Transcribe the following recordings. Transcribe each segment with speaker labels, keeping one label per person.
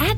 Speaker 1: At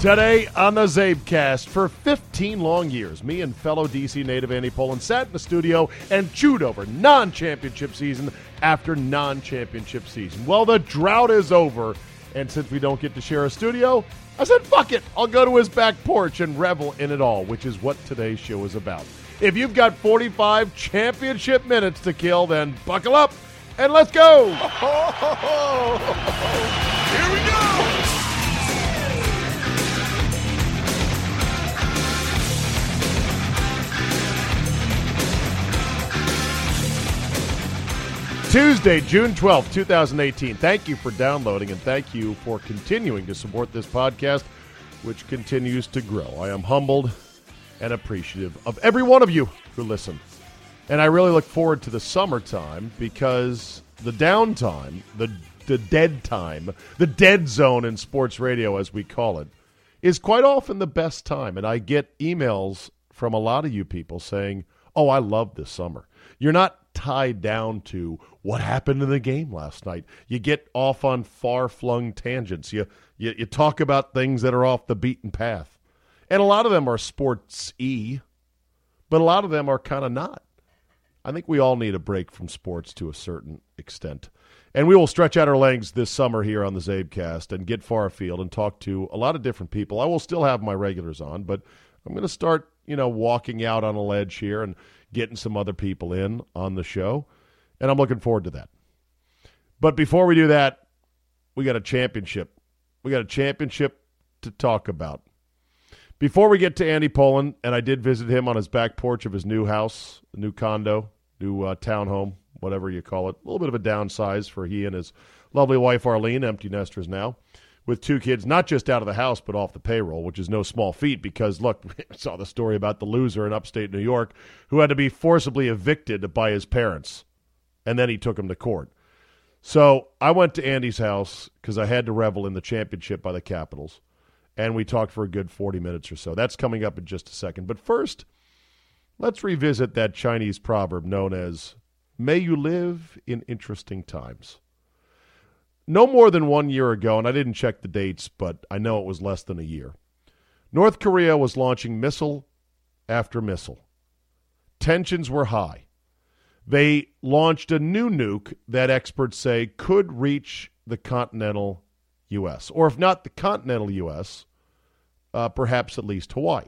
Speaker 2: Today on the Zabecast, for 15 long years, me and fellow DC native Andy Poland sat in the studio and chewed over non championship season after non championship season. Well, the drought is over, and since we don't get to share a studio, I said, fuck it, I'll go to his back porch and revel in it all, which is what today's show is about. If you've got 45 championship minutes to kill, then buckle up and let's go!
Speaker 3: Here we go!
Speaker 2: Tuesday, June twelfth, two 2018. Thank you for downloading and thank you for continuing to support this podcast, which continues to grow. I am humbled and appreciative of every one of you who listen. And I really look forward to the summertime because the downtime, the, the dead time, the dead zone in sports radio, as we call it, is quite often the best time. And I get emails from a lot of you people saying, Oh, I love this summer. You're not tied down to what happened in the game last night. You get off on far flung tangents. You, you you talk about things that are off the beaten path. And a lot of them are sports e, but a lot of them are kind of not. I think we all need a break from sports to a certain extent. And we will stretch out our legs this summer here on the Zabecast and get far afield and talk to a lot of different people. I will still have my regulars on, but I'm going to start, you know, walking out on a ledge here and getting some other people in on the show. And I'm looking forward to that. But before we do that, we got a championship. We got a championship to talk about. Before we get to Andy Poland, and I did visit him on his back porch of his new house, new condo, new uh, townhome, whatever you call it. A little bit of a downsize for he and his lovely wife Arlene, empty nesters now, with two kids, not just out of the house but off the payroll, which is no small feat. Because look, I saw the story about the loser in upstate New York who had to be forcibly evicted by his parents, and then he took him to court. So I went to Andy's house because I had to revel in the championship by the Capitals and we talked for a good 40 minutes or so. That's coming up in just a second. But first, let's revisit that Chinese proverb known as May you live in interesting times. No more than one year ago, and I didn't check the dates, but I know it was less than a year, North Korea was launching missile after missile. Tensions were high. They launched a new nuke that experts say could reach the continental U.S., or if not the continental U.S., uh, perhaps at least Hawaii.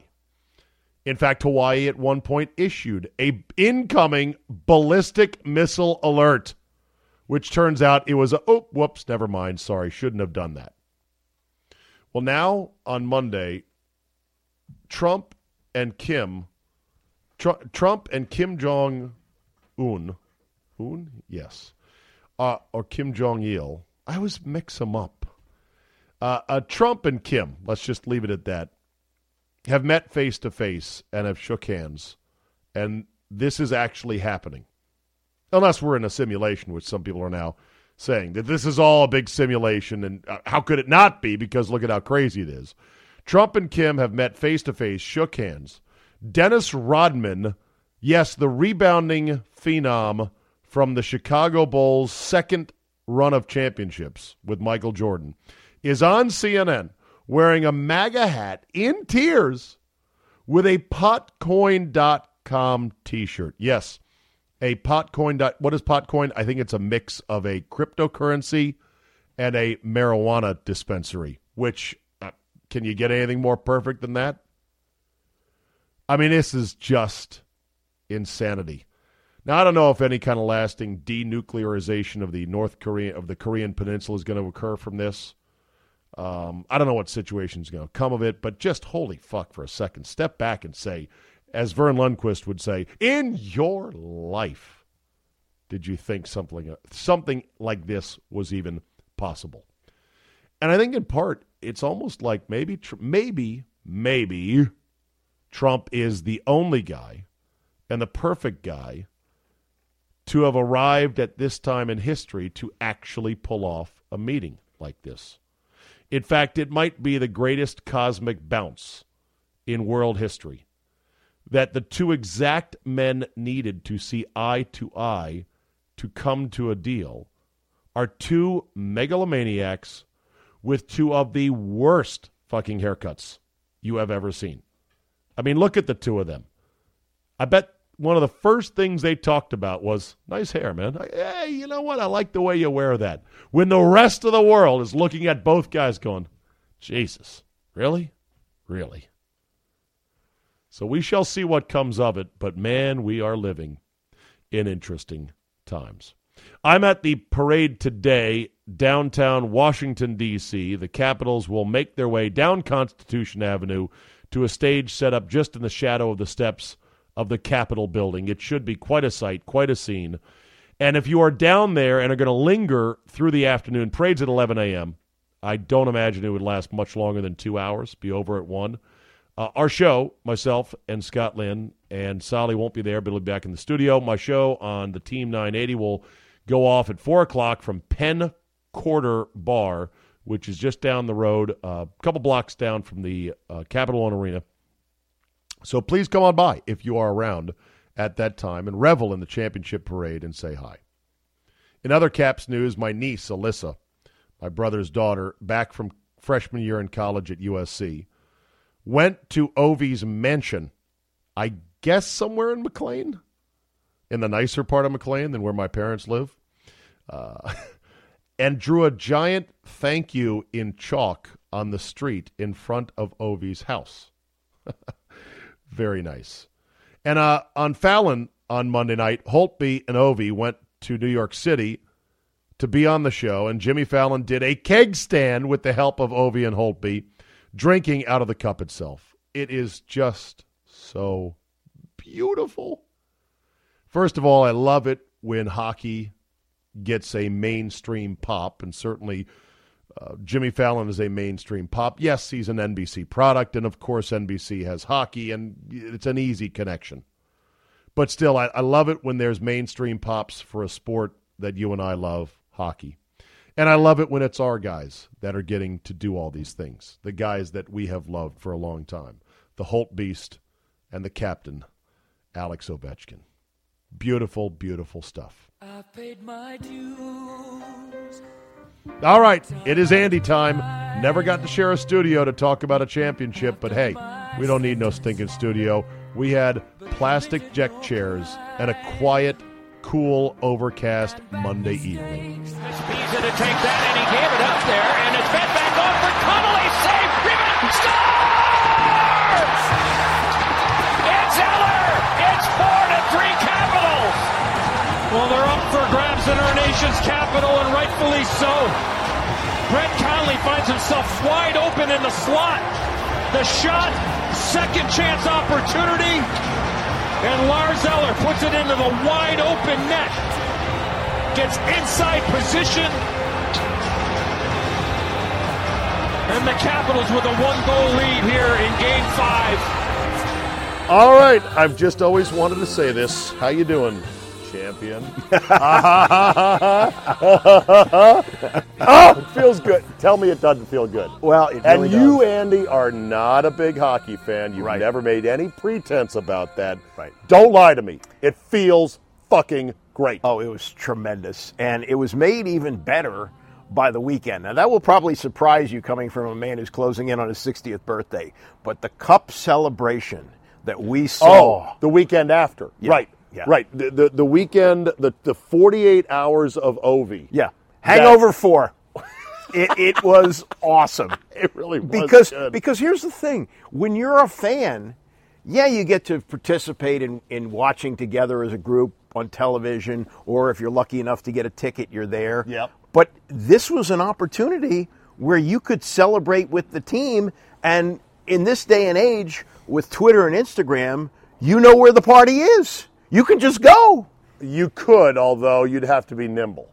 Speaker 2: In fact, Hawaii at one point issued a incoming ballistic missile alert, which turns out it was a oh whoops, never mind, sorry, shouldn't have done that. Well, now on Monday, Trump and Kim, Tr- Trump and Kim Jong Un, Un, yes, uh, or Kim Jong Il. I always mix them up. Uh, uh, Trump and Kim, let's just leave it at that, have met face to face and have shook hands. And this is actually happening. Unless we're in a simulation, which some people are now saying that this is all a big simulation. And uh, how could it not be? Because look at how crazy it is. Trump and Kim have met face to face, shook hands. Dennis Rodman, yes, the rebounding phenom from the Chicago Bulls' second run of championships with Michael Jordan is on CNN wearing a MAGA hat in tears with a potcoin.com t shirt. Yes, a potcoin. Dot, what is potcoin? I think it's a mix of a cryptocurrency and a marijuana dispensary, which uh, can you get anything more perfect than that? I mean, this is just insanity. Now, I don't know if any kind of lasting denuclearization of the North Korean of the Korean Peninsula is going to occur from this. Um, I don't know what situation is going to come of it, but just holy fuck for a second, step back and say, as Vern Lundquist would say, in your life, did you think something uh, something like this was even possible? And I think in part, it's almost like maybe tr- maybe maybe Trump is the only guy and the perfect guy to have arrived at this time in history to actually pull off a meeting like this. In fact, it might be the greatest cosmic bounce in world history that the two exact men needed to see eye to eye to come to a deal are two megalomaniacs with two of the worst fucking haircuts you have ever seen. I mean, look at the two of them. I bet one of the first things they talked about was nice hair, man. I- Hey, you know what? I like the way you wear that. When the rest of the world is looking at both guys going, Jesus, really? Really? So we shall see what comes of it, but man, we are living in interesting times. I'm at the parade today, downtown Washington, D.C. The Capitals will make their way down Constitution Avenue to a stage set up just in the shadow of the steps of the Capitol building. It should be quite a sight, quite a scene. And if you are down there and are going to linger through the afternoon, parade's at 11 a.m. I don't imagine it would last much longer than two hours, be over at 1. Uh, our show, myself and Scott Lynn and Sally won't be there, but he'll be back in the studio. My show on the Team 980 will go off at 4 o'clock from Penn Quarter Bar, which is just down the road, uh, a couple blocks down from the uh, Capital One Arena. So please come on by if you are around at that time and revel in the championship parade and say hi. In other Caps news, my niece, Alyssa, my brother's daughter, back from freshman year in college at USC, went to Ovi's mansion, I guess somewhere in McLean, in the nicer part of McLean than where my parents live, uh, and drew a giant thank you in chalk on the street in front of Ovi's house. Very nice. And uh, on Fallon on Monday night, Holtby and Ovi went to New York City to be on the show, and Jimmy Fallon did a keg stand with the help of Ovi and Holtby, drinking out of the cup itself. It is just so beautiful. First of all, I love it when hockey gets a mainstream pop, and certainly uh, Jimmy Fallon is a mainstream pop. Yes, he's an NBC product, and of course, NBC has hockey, and it's an easy connection. But still, I, I love it when there's mainstream pops for a sport that you and I love hockey. And I love it when it's our guys that are getting to do all these things, the guys that we have loved for a long time the Holt Beast and the captain, Alex Ovechkin. Beautiful, beautiful stuff.
Speaker 4: I've paid my dues.
Speaker 2: All right, it is Andy time. Never got to share a studio to talk about a championship, but hey, we don't need no stinking studio. We had plastic deck chairs and a quiet, cool, overcast Monday evening.
Speaker 5: He's going to take that, and he gave it up there, and it's fed back off for Connolly. Save, rebound, score! It's Eller. It's four to three Capitals. Well, they're up for grabs in our nation's capital, and rightfully so. Brett Connolly finds himself wide open in the slot. The shot, second chance opportunity, and Lars Eller puts it into the wide open net gets inside position. And the Capitals with a one goal lead here in game five.
Speaker 2: All right, I've just always wanted to say this. How you doing, champion? oh, it feels good. Tell me it doesn't feel good.
Speaker 6: Well, it
Speaker 2: and
Speaker 6: really
Speaker 2: you,
Speaker 6: does.
Speaker 2: Andy, are not a big hockey fan. You've
Speaker 6: Right.
Speaker 2: never made any pretense about that.
Speaker 6: Right.
Speaker 2: Don't lie to me. It feels fucking great.
Speaker 6: Oh, it was tremendous, and it was made even better by the weekend. Now that will probably surprise you, coming from a man who's closing in on his 60th birthday. But the cup celebration that we
Speaker 2: Oh,
Speaker 6: saw,
Speaker 2: the weekend after.
Speaker 6: Yeah,
Speaker 2: Right.
Speaker 6: yeah.
Speaker 2: Right. The, the the weekend the the 48 hours of Ovi.
Speaker 6: yeah, Hangover Four. It, it was awesome.
Speaker 2: It really was
Speaker 6: because
Speaker 2: good.
Speaker 6: because here's the thing: when you're a fan, yeah, you get to participate in in watching together as a group on television, or if you're lucky enough to get a ticket, you're there.
Speaker 2: Yep.
Speaker 6: But this was an opportunity where you could celebrate with the team, and in this day and age, with Twitter and Instagram, you know where the party is. You can just go.
Speaker 2: you could, although you'd have to be nimble.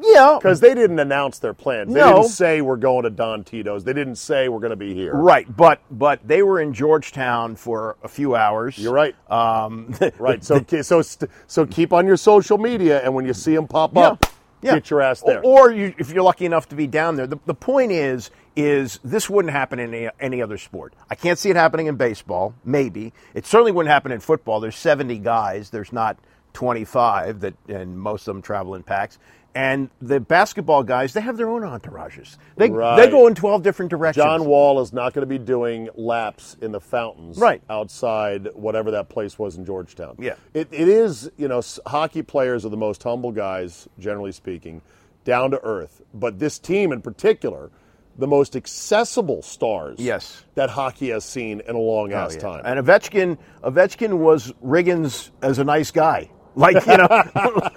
Speaker 6: Yeah.
Speaker 2: Because they didn't announce their plans. They
Speaker 6: No.
Speaker 2: didn't say we're going to Don Tito's. They didn't say we're going to be here.
Speaker 6: Right, but but they were in Georgetown for a few hours.
Speaker 2: You're right.
Speaker 6: Um,
Speaker 2: right. So ke- so st- so keep on your social media, and when you see them pop
Speaker 6: yeah,
Speaker 2: up,
Speaker 6: yeah.
Speaker 2: get your ass there.
Speaker 6: Or, or you, if you're lucky enough to be down there, the, the point is is this wouldn't happen in any, any other sport. I can't see it happening in baseball. Maybe it certainly wouldn't happen in football. There's 70 guys. There's not 25 that, and most of them travel in packs. And the basketball guys, they have their own entourages. They they
Speaker 2: Right.
Speaker 6: go in 12 different directions.
Speaker 2: John Wall is not going to be doing laps in the fountains
Speaker 6: Right.
Speaker 2: outside whatever that place was in Georgetown.
Speaker 6: Yeah.
Speaker 2: It, it is, you know, s- hockey players are the most humble guys, generally speaking, down to earth. But this team in particular, the most accessible stars
Speaker 6: Yes. Oh,
Speaker 2: that hockey has seen in a long ass
Speaker 6: Yeah.
Speaker 2: time.
Speaker 6: And uh, Ovechkin, Ovechkin was Riggins as a nice guy. Like you know,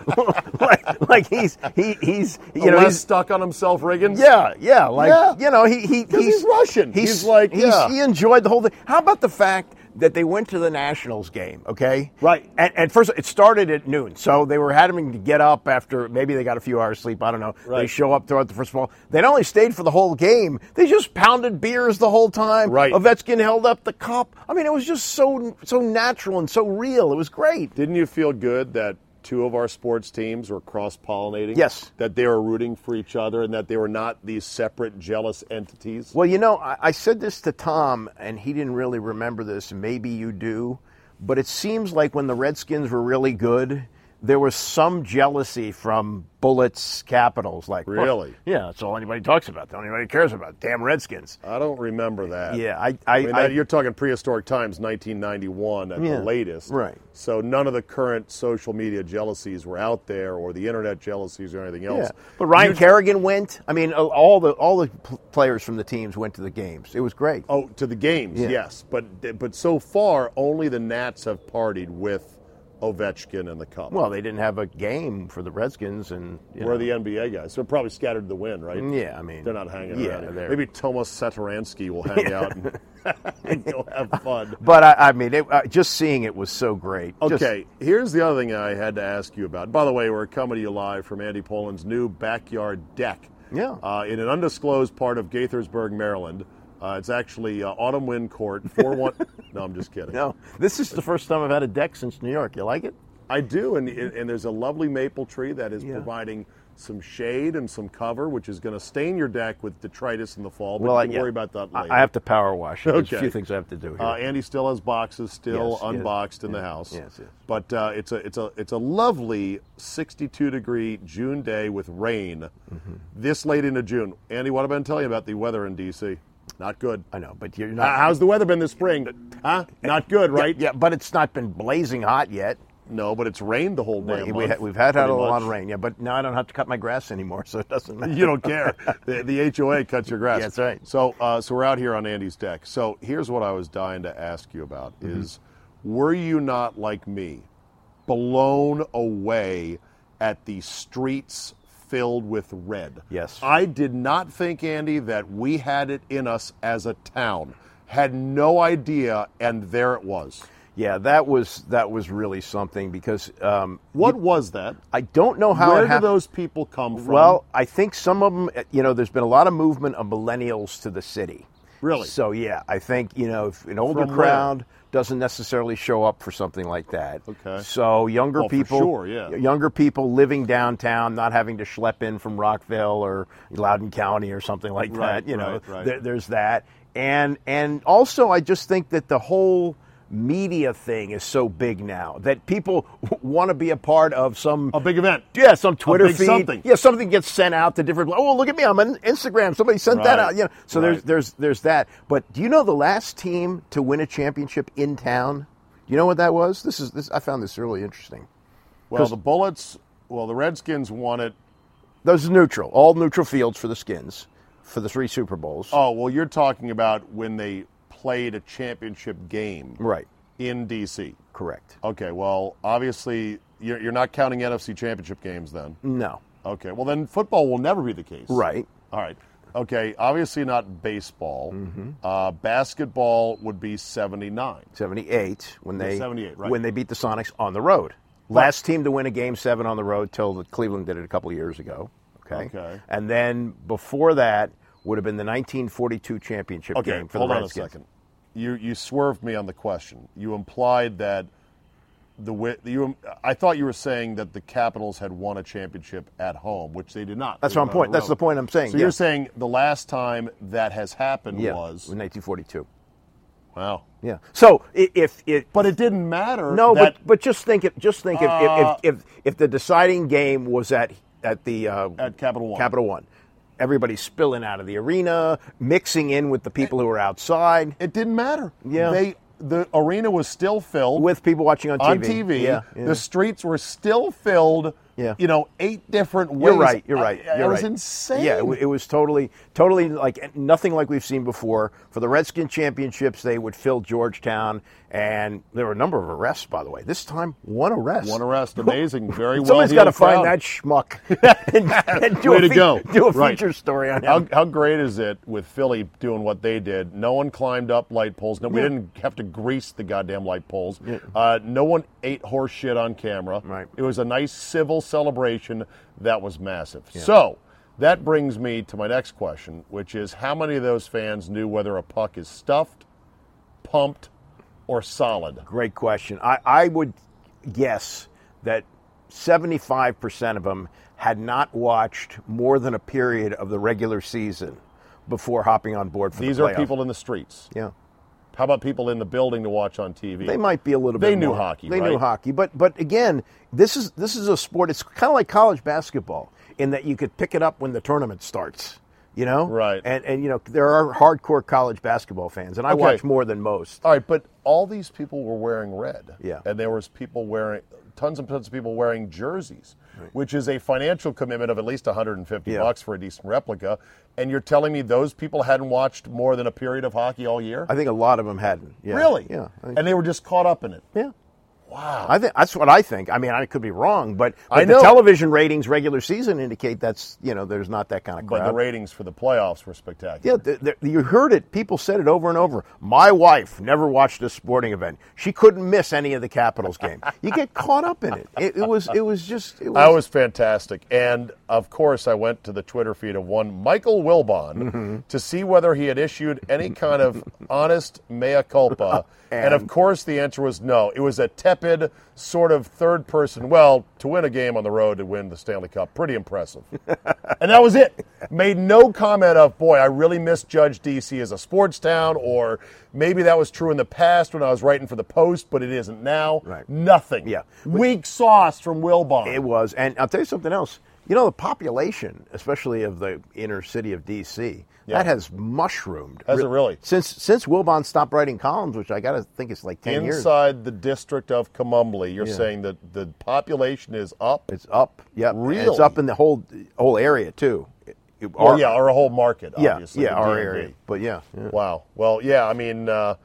Speaker 6: like, like he's he, he's you know
Speaker 2: Less
Speaker 6: he's
Speaker 2: stuck on himself, Riggins.
Speaker 6: yeah yeah like
Speaker 2: Yeah.
Speaker 6: you know he, he
Speaker 2: 'Cause he's Russian. He's like, yeah.
Speaker 6: he enjoyed the whole thing. How about the fact that they went to the Nationals game? Okay,
Speaker 2: Right.
Speaker 6: And, and first it started at noon, so they were having to get up after maybe they got a few hours sleep. I don't know. They
Speaker 2: Right.
Speaker 6: show up throughout the first ball. They not only stayed for the whole game, they just pounded beers the whole time.
Speaker 2: Right.
Speaker 6: Ovechkin held up the cup. I mean, it was just so so natural and so real. It was great.
Speaker 2: Didn't you feel good that two of our sports teams were cross pollinating?
Speaker 6: Yes.
Speaker 2: That they were rooting for each other and that they were not these separate, jealous entities?
Speaker 6: Well, you know, I, I said this to Tom, and he didn't really remember this. Maybe you do, but it seems like when the Redskins were really good, there was some jealousy from Bullets Capitals. Like, "Well,
Speaker 2: Really?
Speaker 6: yeah, that's all anybody talks about. That's all anybody cares about. Damn Redskins.
Speaker 2: I don't remember that.
Speaker 6: Yeah, I,
Speaker 2: I
Speaker 6: I,
Speaker 2: mean,
Speaker 6: I-
Speaker 2: that- you're talking prehistoric times, 1991 at
Speaker 6: Yeah,
Speaker 2: the latest.
Speaker 6: right.
Speaker 2: So none of the current social media jealousies were out there or the internet jealousies or anything
Speaker 6: yeah.
Speaker 2: else.
Speaker 6: But Ryan
Speaker 2: You-
Speaker 6: Kerrigan went. I mean, uh, all the all the p- players from the teams went to the games. It was great.
Speaker 2: Oh, to the games,
Speaker 6: Yeah.
Speaker 2: yes. But but so far, only the Nats have partied with Ovechkin and the Cup.
Speaker 6: Well, they didn't have a game for the Redskins, and you
Speaker 2: We're
Speaker 6: know,
Speaker 2: the NBA guys. They're probably scattered to the wind, right?
Speaker 6: Mm, Yeah, I mean,
Speaker 2: They're not hanging
Speaker 6: yeah,
Speaker 2: around.
Speaker 6: they're-
Speaker 2: Maybe Thomas Satoransky will hang out and, and you'll have fun.
Speaker 6: But I, I mean, it, uh, just seeing it was so great. Just-
Speaker 2: Okay, here's the other thing I had to ask you about. By the way, we're coming to you live from Andy Poland's new backyard deck.
Speaker 6: Yeah.
Speaker 2: Uh, in an undisclosed part of Gaithersburg, Maryland. Uh, it's actually uh, Autumn Wind Court, 4 1. no, I'm just kidding.
Speaker 6: No, this is the first time I've had a deck since New York. You like it?
Speaker 2: I do, and, and and there's a lovely maple tree that is
Speaker 6: Yeah.
Speaker 2: providing some shade and some cover, which is going to stain your deck with detritus in the fall. But you can
Speaker 6: yeah.
Speaker 2: worry about that later.
Speaker 6: I, I have to power wash. it. There's
Speaker 2: Okay.
Speaker 6: a few things I have to do here.
Speaker 2: Uh, Andy still has boxes, still
Speaker 6: Yes, yes,
Speaker 2: unboxed in the
Speaker 6: yes,
Speaker 2: house.
Speaker 6: yes, yes.
Speaker 2: But uh, it's a it's a it's a lovely 62 degree June day with rain,
Speaker 6: Mm-hmm.
Speaker 2: this late into June. Andy, what have I been telling you about the weather in DC? Not good.
Speaker 6: I know, but you're
Speaker 2: Uh,
Speaker 6: not. Eh,
Speaker 2: how's the weather been this spring? Huh? Not good, right?
Speaker 6: Yeah, but it's not been blazing hot yet.
Speaker 2: No, but it's rained the whole day.
Speaker 6: we, ha- we've had, had a lot of rain, yeah, but now I don't have to cut my grass anymore, so it doesn't matter.
Speaker 2: you don't care. The, the HOA cuts your grass.
Speaker 6: That's right.
Speaker 2: So, uh, so we're out here on Andy's deck. So here's what I was dying to ask you about:
Speaker 6: Mm-hmm.
Speaker 2: is were you not like me, blown away at the streets filled with red?
Speaker 6: Yes.
Speaker 2: I did not think, Andy, that we had it in us as a town. Had no idea, and there it was.
Speaker 6: Yeah, that was that was really something because um,
Speaker 2: What was that?
Speaker 6: I don't know how
Speaker 2: Where
Speaker 6: it
Speaker 2: do
Speaker 6: happened.
Speaker 2: those people come from?
Speaker 6: Well, I think some of them, you know, there's been a lot of movement of millennials to the city.
Speaker 2: Really?
Speaker 6: So yeah, I think you know if an older
Speaker 2: From where?
Speaker 6: crowd doesn't necessarily show up for something like that.
Speaker 2: Okay.
Speaker 6: So younger
Speaker 2: Well, for
Speaker 6: people,
Speaker 2: sure, yeah.
Speaker 6: younger people living downtown, not having to schlep in from Rockville or Loudoun County or something like
Speaker 2: Right,
Speaker 6: that. You know,
Speaker 2: right, right.
Speaker 6: There- there's that, and and also I just think that the whole media thing is so big now that people want to be a part of some
Speaker 2: a big event.
Speaker 6: yeah, some Twitter
Speaker 2: big
Speaker 6: feed.
Speaker 2: something.
Speaker 6: Yeah, something gets sent out to different. Oh, look at me! I'm on Instagram. Somebody sent
Speaker 2: Right.
Speaker 6: that out. You know, so
Speaker 2: Right.
Speaker 6: there's there's there's that. But do you know the last team to win a championship in town? You know what that was? This is this. I found this really interesting.
Speaker 2: Well, the Bullets. Well, the Redskins won it
Speaker 6: Those are neutral, all neutral fields for the Skins. for the three Super Bowls.
Speaker 2: Oh, well, you're talking about when they played a championship game
Speaker 6: Right.
Speaker 2: in D.C.
Speaker 6: Correct.
Speaker 2: Okay, well, obviously, you're, you're not counting NFC championship games then.
Speaker 6: No.
Speaker 2: Okay, well, then football will never be the case.
Speaker 6: Right.
Speaker 2: All right. Okay, obviously not baseball.
Speaker 6: Mm-hmm.
Speaker 2: Uh, basketball would be 79.
Speaker 6: 78 when they
Speaker 2: 78, right.
Speaker 6: when they beat the Sonics on the road. Last team to win a game 7 on the road till the Cleveland did it a couple of years ago, okay?
Speaker 2: Okay.
Speaker 6: And then before that would have been the 1942 championship
Speaker 2: Okay,
Speaker 6: game for
Speaker 2: hold
Speaker 6: the
Speaker 2: on a
Speaker 6: Redskins.
Speaker 2: second. You you swerved me on the question. You implied that the wi- you. I thought you were saying that the Capitals had won a championship at home, which they did not.
Speaker 6: That's
Speaker 2: They
Speaker 6: my
Speaker 2: won on
Speaker 6: point.
Speaker 2: the
Speaker 6: That's the
Speaker 2: road.
Speaker 6: point I'm saying.
Speaker 2: So
Speaker 6: yeah.
Speaker 2: you're saying the last time that has happened
Speaker 6: yeah.
Speaker 2: was
Speaker 6: 1942.
Speaker 2: wow,
Speaker 6: Yeah. So i- if it
Speaker 2: but it didn't matter.
Speaker 6: No,
Speaker 2: that,
Speaker 6: but but just think it. Just think if-
Speaker 2: Uh,
Speaker 6: if, if if if the deciding game was at at the uh,
Speaker 2: At Capital One.
Speaker 6: Capital One, everybody's spilling out of the arena, mixing in with the people who are outside,
Speaker 2: it didn't matter.
Speaker 6: Yeah.
Speaker 2: they the arena was still filled
Speaker 6: with people watching on TV.
Speaker 2: on TV.
Speaker 6: Yeah, yeah.
Speaker 2: The streets were still filled.
Speaker 6: Yeah.
Speaker 2: you know, eight different ways.
Speaker 6: you're right. You're right.
Speaker 2: I, I
Speaker 6: you're
Speaker 2: was
Speaker 6: right.
Speaker 2: insane.
Speaker 6: Yeah, it, wa- it was totally, totally like eh, nothing like we've seen before. For the Redskin championships, they would fill Georgetown, and there were a number of arrests. By the way, this time one arrest.
Speaker 2: One arrest, amazing, very well.
Speaker 6: Someone's got to
Speaker 2: heeled
Speaker 6: find
Speaker 2: crowd.
Speaker 6: that schmuck and, and do
Speaker 2: Way
Speaker 6: a
Speaker 2: to
Speaker 6: fea-
Speaker 2: go.
Speaker 6: Do a
Speaker 2: Right.
Speaker 6: feature story on
Speaker 2: How,
Speaker 6: him.
Speaker 2: how great is it with Philly doing what they did? No one climbed up light poles. No, we
Speaker 6: Yeah.
Speaker 2: didn't have to grease the goddamn light poles. Uh, no one ate horse shit on camera.
Speaker 6: Right.
Speaker 2: It was a nice civil celebration that was massive. So that brings me to my next question, which is how many of those fans knew whether a puck is stuffed, pumped, or solid?
Speaker 6: Great question. I, I would guess that 75% of them had not watched more than a period of the regular season before hopping on board for
Speaker 2: These
Speaker 6: the
Speaker 2: are
Speaker 6: playoff.
Speaker 2: people in the streets.
Speaker 6: Yeah.
Speaker 2: How about people in the building to watch on TV?
Speaker 6: They might be a little
Speaker 2: They
Speaker 6: bit
Speaker 2: knew
Speaker 6: more-
Speaker 2: hockey,
Speaker 6: They knew
Speaker 2: right?
Speaker 6: hockey. But but again, this is this is a sport it's kind of like college basketball in that you could pick it up when the tournament starts. You know?
Speaker 2: Right.
Speaker 6: And and you know, there are hardcore college basketball fans and I
Speaker 2: Okay.
Speaker 6: watch more than most.
Speaker 2: All right, but all these people were wearing red.
Speaker 6: Yeah.
Speaker 2: And there was people wearing tons and tons of people wearing jerseys, which is a financial commitment of at least 150
Speaker 6: Yeah.
Speaker 2: bucks for a decent replica. And you're telling me those people hadn't watched more than a period of hockey all year?
Speaker 6: I think a lot of them hadn't. Yeah.
Speaker 2: really?
Speaker 6: Yeah. I think-
Speaker 2: and they were just caught up in it.
Speaker 6: yeah.
Speaker 2: Wow.
Speaker 6: I think that's what I think. I mean, I could be wrong, but, but
Speaker 2: I
Speaker 6: the
Speaker 2: know.
Speaker 6: television ratings regular season indicate that's you know there's not that kind of
Speaker 2: but
Speaker 6: crowd.
Speaker 2: the ratings for the playoffs were spectacular.
Speaker 6: yeah, th th you heard it. People said it over and over. My wife never watched a sporting event. She couldn't miss any of the Capitals game. you get caught up in it. It, it was it was just it was,
Speaker 2: I was fantastic. And of course, I went to the Twitter feed of one Michael Wilbon
Speaker 6: Mm-hmm.
Speaker 2: to see whether he had issued any kind of honest mea culpa. and, of course, the answer was no. It was a tepid sort of third person, well, to win a game on the road to win the Stanley Cup, pretty impressive. and that was it. Made no comment of, boy, I really misjudged DC as a sports town, or maybe that was true in the past when I was writing for the Post, but it isn't now.
Speaker 6: Right.
Speaker 2: Nothing.
Speaker 6: Yeah.
Speaker 2: Weak sauce from Wilbon.
Speaker 6: It was, and I'll tell you something else. You know, the population, especially of the inner city of D.C., that has mushroomed.
Speaker 2: Has it really?
Speaker 6: Since since Wilbon stopped writing columns, which I got to think is like ten years.
Speaker 2: inside the district of Cumumbly, you're saying that the population is up.
Speaker 6: It's up. Yeah,
Speaker 2: Really?
Speaker 6: It's up in the whole whole area too. It- it-
Speaker 2: Well,
Speaker 6: our-
Speaker 2: yeah, or a whole market,
Speaker 6: yeah,
Speaker 2: obviously.
Speaker 6: yeah,
Speaker 2: the
Speaker 6: our
Speaker 2: DMV.
Speaker 6: area. But yeah, yeah.
Speaker 2: Wow. Well, yeah. I mean, uh,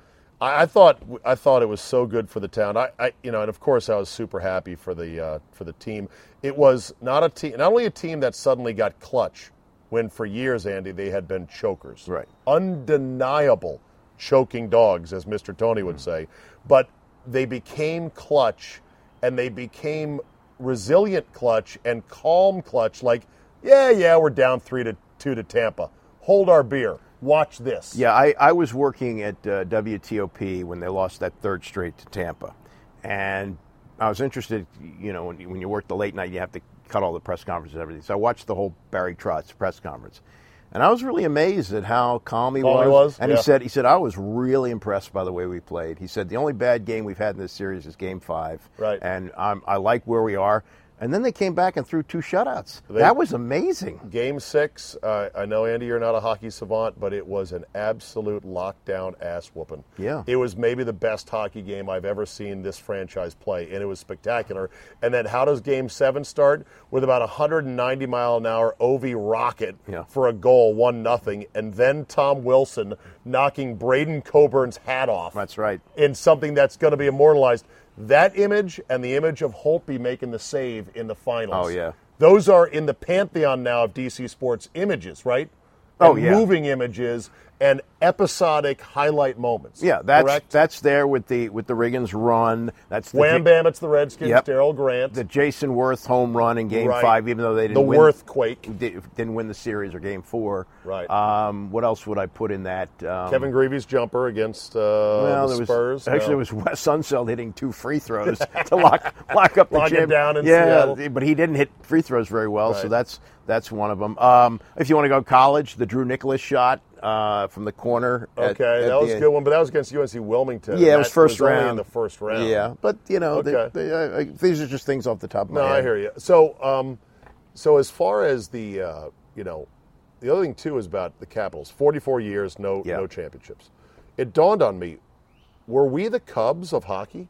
Speaker 2: I, I thought I thought it was so good for the town. I, I, you know, and of course, I was super happy for the uh, for the team. It was not a team, not only a team that suddenly got clutch when for years, Andy, they had been chokers,
Speaker 6: Right.
Speaker 2: Undeniable choking dogs, as Mr. Tony
Speaker 6: Mm.
Speaker 2: would say, but they became clutch, and they became resilient clutch and calm clutch. Like, yeah, yeah, we're down three to two to Tampa. Hold our beer. Watch this.
Speaker 6: Yeah, I, I was working at uh, WTOP when they lost that third straight to Tampa, and I was interested. You know, when you, when you work the late night, you have to cut all the press conferences and everything. So I watched the whole Barry Trotz press conference, and I was really amazed at how calm he
Speaker 2: Calm
Speaker 6: was.
Speaker 2: he was,
Speaker 6: and
Speaker 2: yeah.
Speaker 6: he said, he said I was really impressed by the way we played. He said the only bad game we've had in this series is Game Five,
Speaker 2: Right.
Speaker 6: And I'm, I like where we are. and then they came back and threw two shutouts. that was amazing.
Speaker 2: Game six, uh, I know, Andy, you're not a hockey savant, but it was an absolute lockdown ass whooping.
Speaker 6: Yeah.
Speaker 2: It was maybe the best hockey game I've ever seen this franchise play, and it was spectacular. And then how does game seven start? With about 190 mile an hour OV rocket
Speaker 6: Yeah.
Speaker 2: for a goal, 1 nothing, and then Tom Wilson knocking Braden Coburn's hat off
Speaker 6: That's right.
Speaker 2: in something that's going to be immortalized. That image and the image of Holtby making the save in the finals.
Speaker 6: Oh, yeah.
Speaker 2: Those are in the pantheon now of DC sports images, right?
Speaker 6: Oh,
Speaker 2: And
Speaker 6: yeah.
Speaker 2: Moving images and episodic highlight moments.
Speaker 6: Yeah, that's
Speaker 2: correct.
Speaker 6: that's there with the with the Riggins run. That's the
Speaker 2: Wham
Speaker 6: Ja-
Speaker 2: Bam, it's the Redskins,
Speaker 6: Yep.
Speaker 2: Daryl Grant,
Speaker 6: the Jason Worth home run in Game
Speaker 2: Right.
Speaker 6: Five, even though they didn't
Speaker 2: the
Speaker 6: win,
Speaker 2: Worth Quake,
Speaker 6: di- didn't win the series or Game Four.
Speaker 2: Right.
Speaker 6: Um, what else would I put in that? Um,
Speaker 2: Kevin Greavy's jumper against uh,
Speaker 6: well,
Speaker 2: the
Speaker 6: there was
Speaker 2: Spurs.
Speaker 6: actually
Speaker 2: No.
Speaker 6: it was Wes Unseld hitting two free throws to lock lock up the
Speaker 2: Lock him
Speaker 6: champ-
Speaker 2: down in
Speaker 6: yeah,
Speaker 2: Seattle.
Speaker 6: but he didn't hit free throws very well, so
Speaker 2: Right.
Speaker 6: that's that's one of them. Um, if you want to go college, the Drew Nicholas shot uh, from the corner. at-
Speaker 2: Okay,
Speaker 6: at
Speaker 2: that was
Speaker 6: the-
Speaker 2: a good one, but that was against UNC Wilmington.
Speaker 6: Yeah,
Speaker 2: and
Speaker 6: it was
Speaker 2: Uh, that
Speaker 6: first
Speaker 2: only
Speaker 6: round.
Speaker 2: in the first round.
Speaker 6: Yeah, but you know, they-
Speaker 2: Okay.
Speaker 6: they- I- I- these are just things off the top of my
Speaker 2: No,
Speaker 6: head.
Speaker 2: I hear you. So, um, so as far as the uh, you know, the other thing too is about the Capitals. Forty-four years, no
Speaker 6: Yeah.
Speaker 2: no championships. It dawned on me: were we the Cubs of hockey?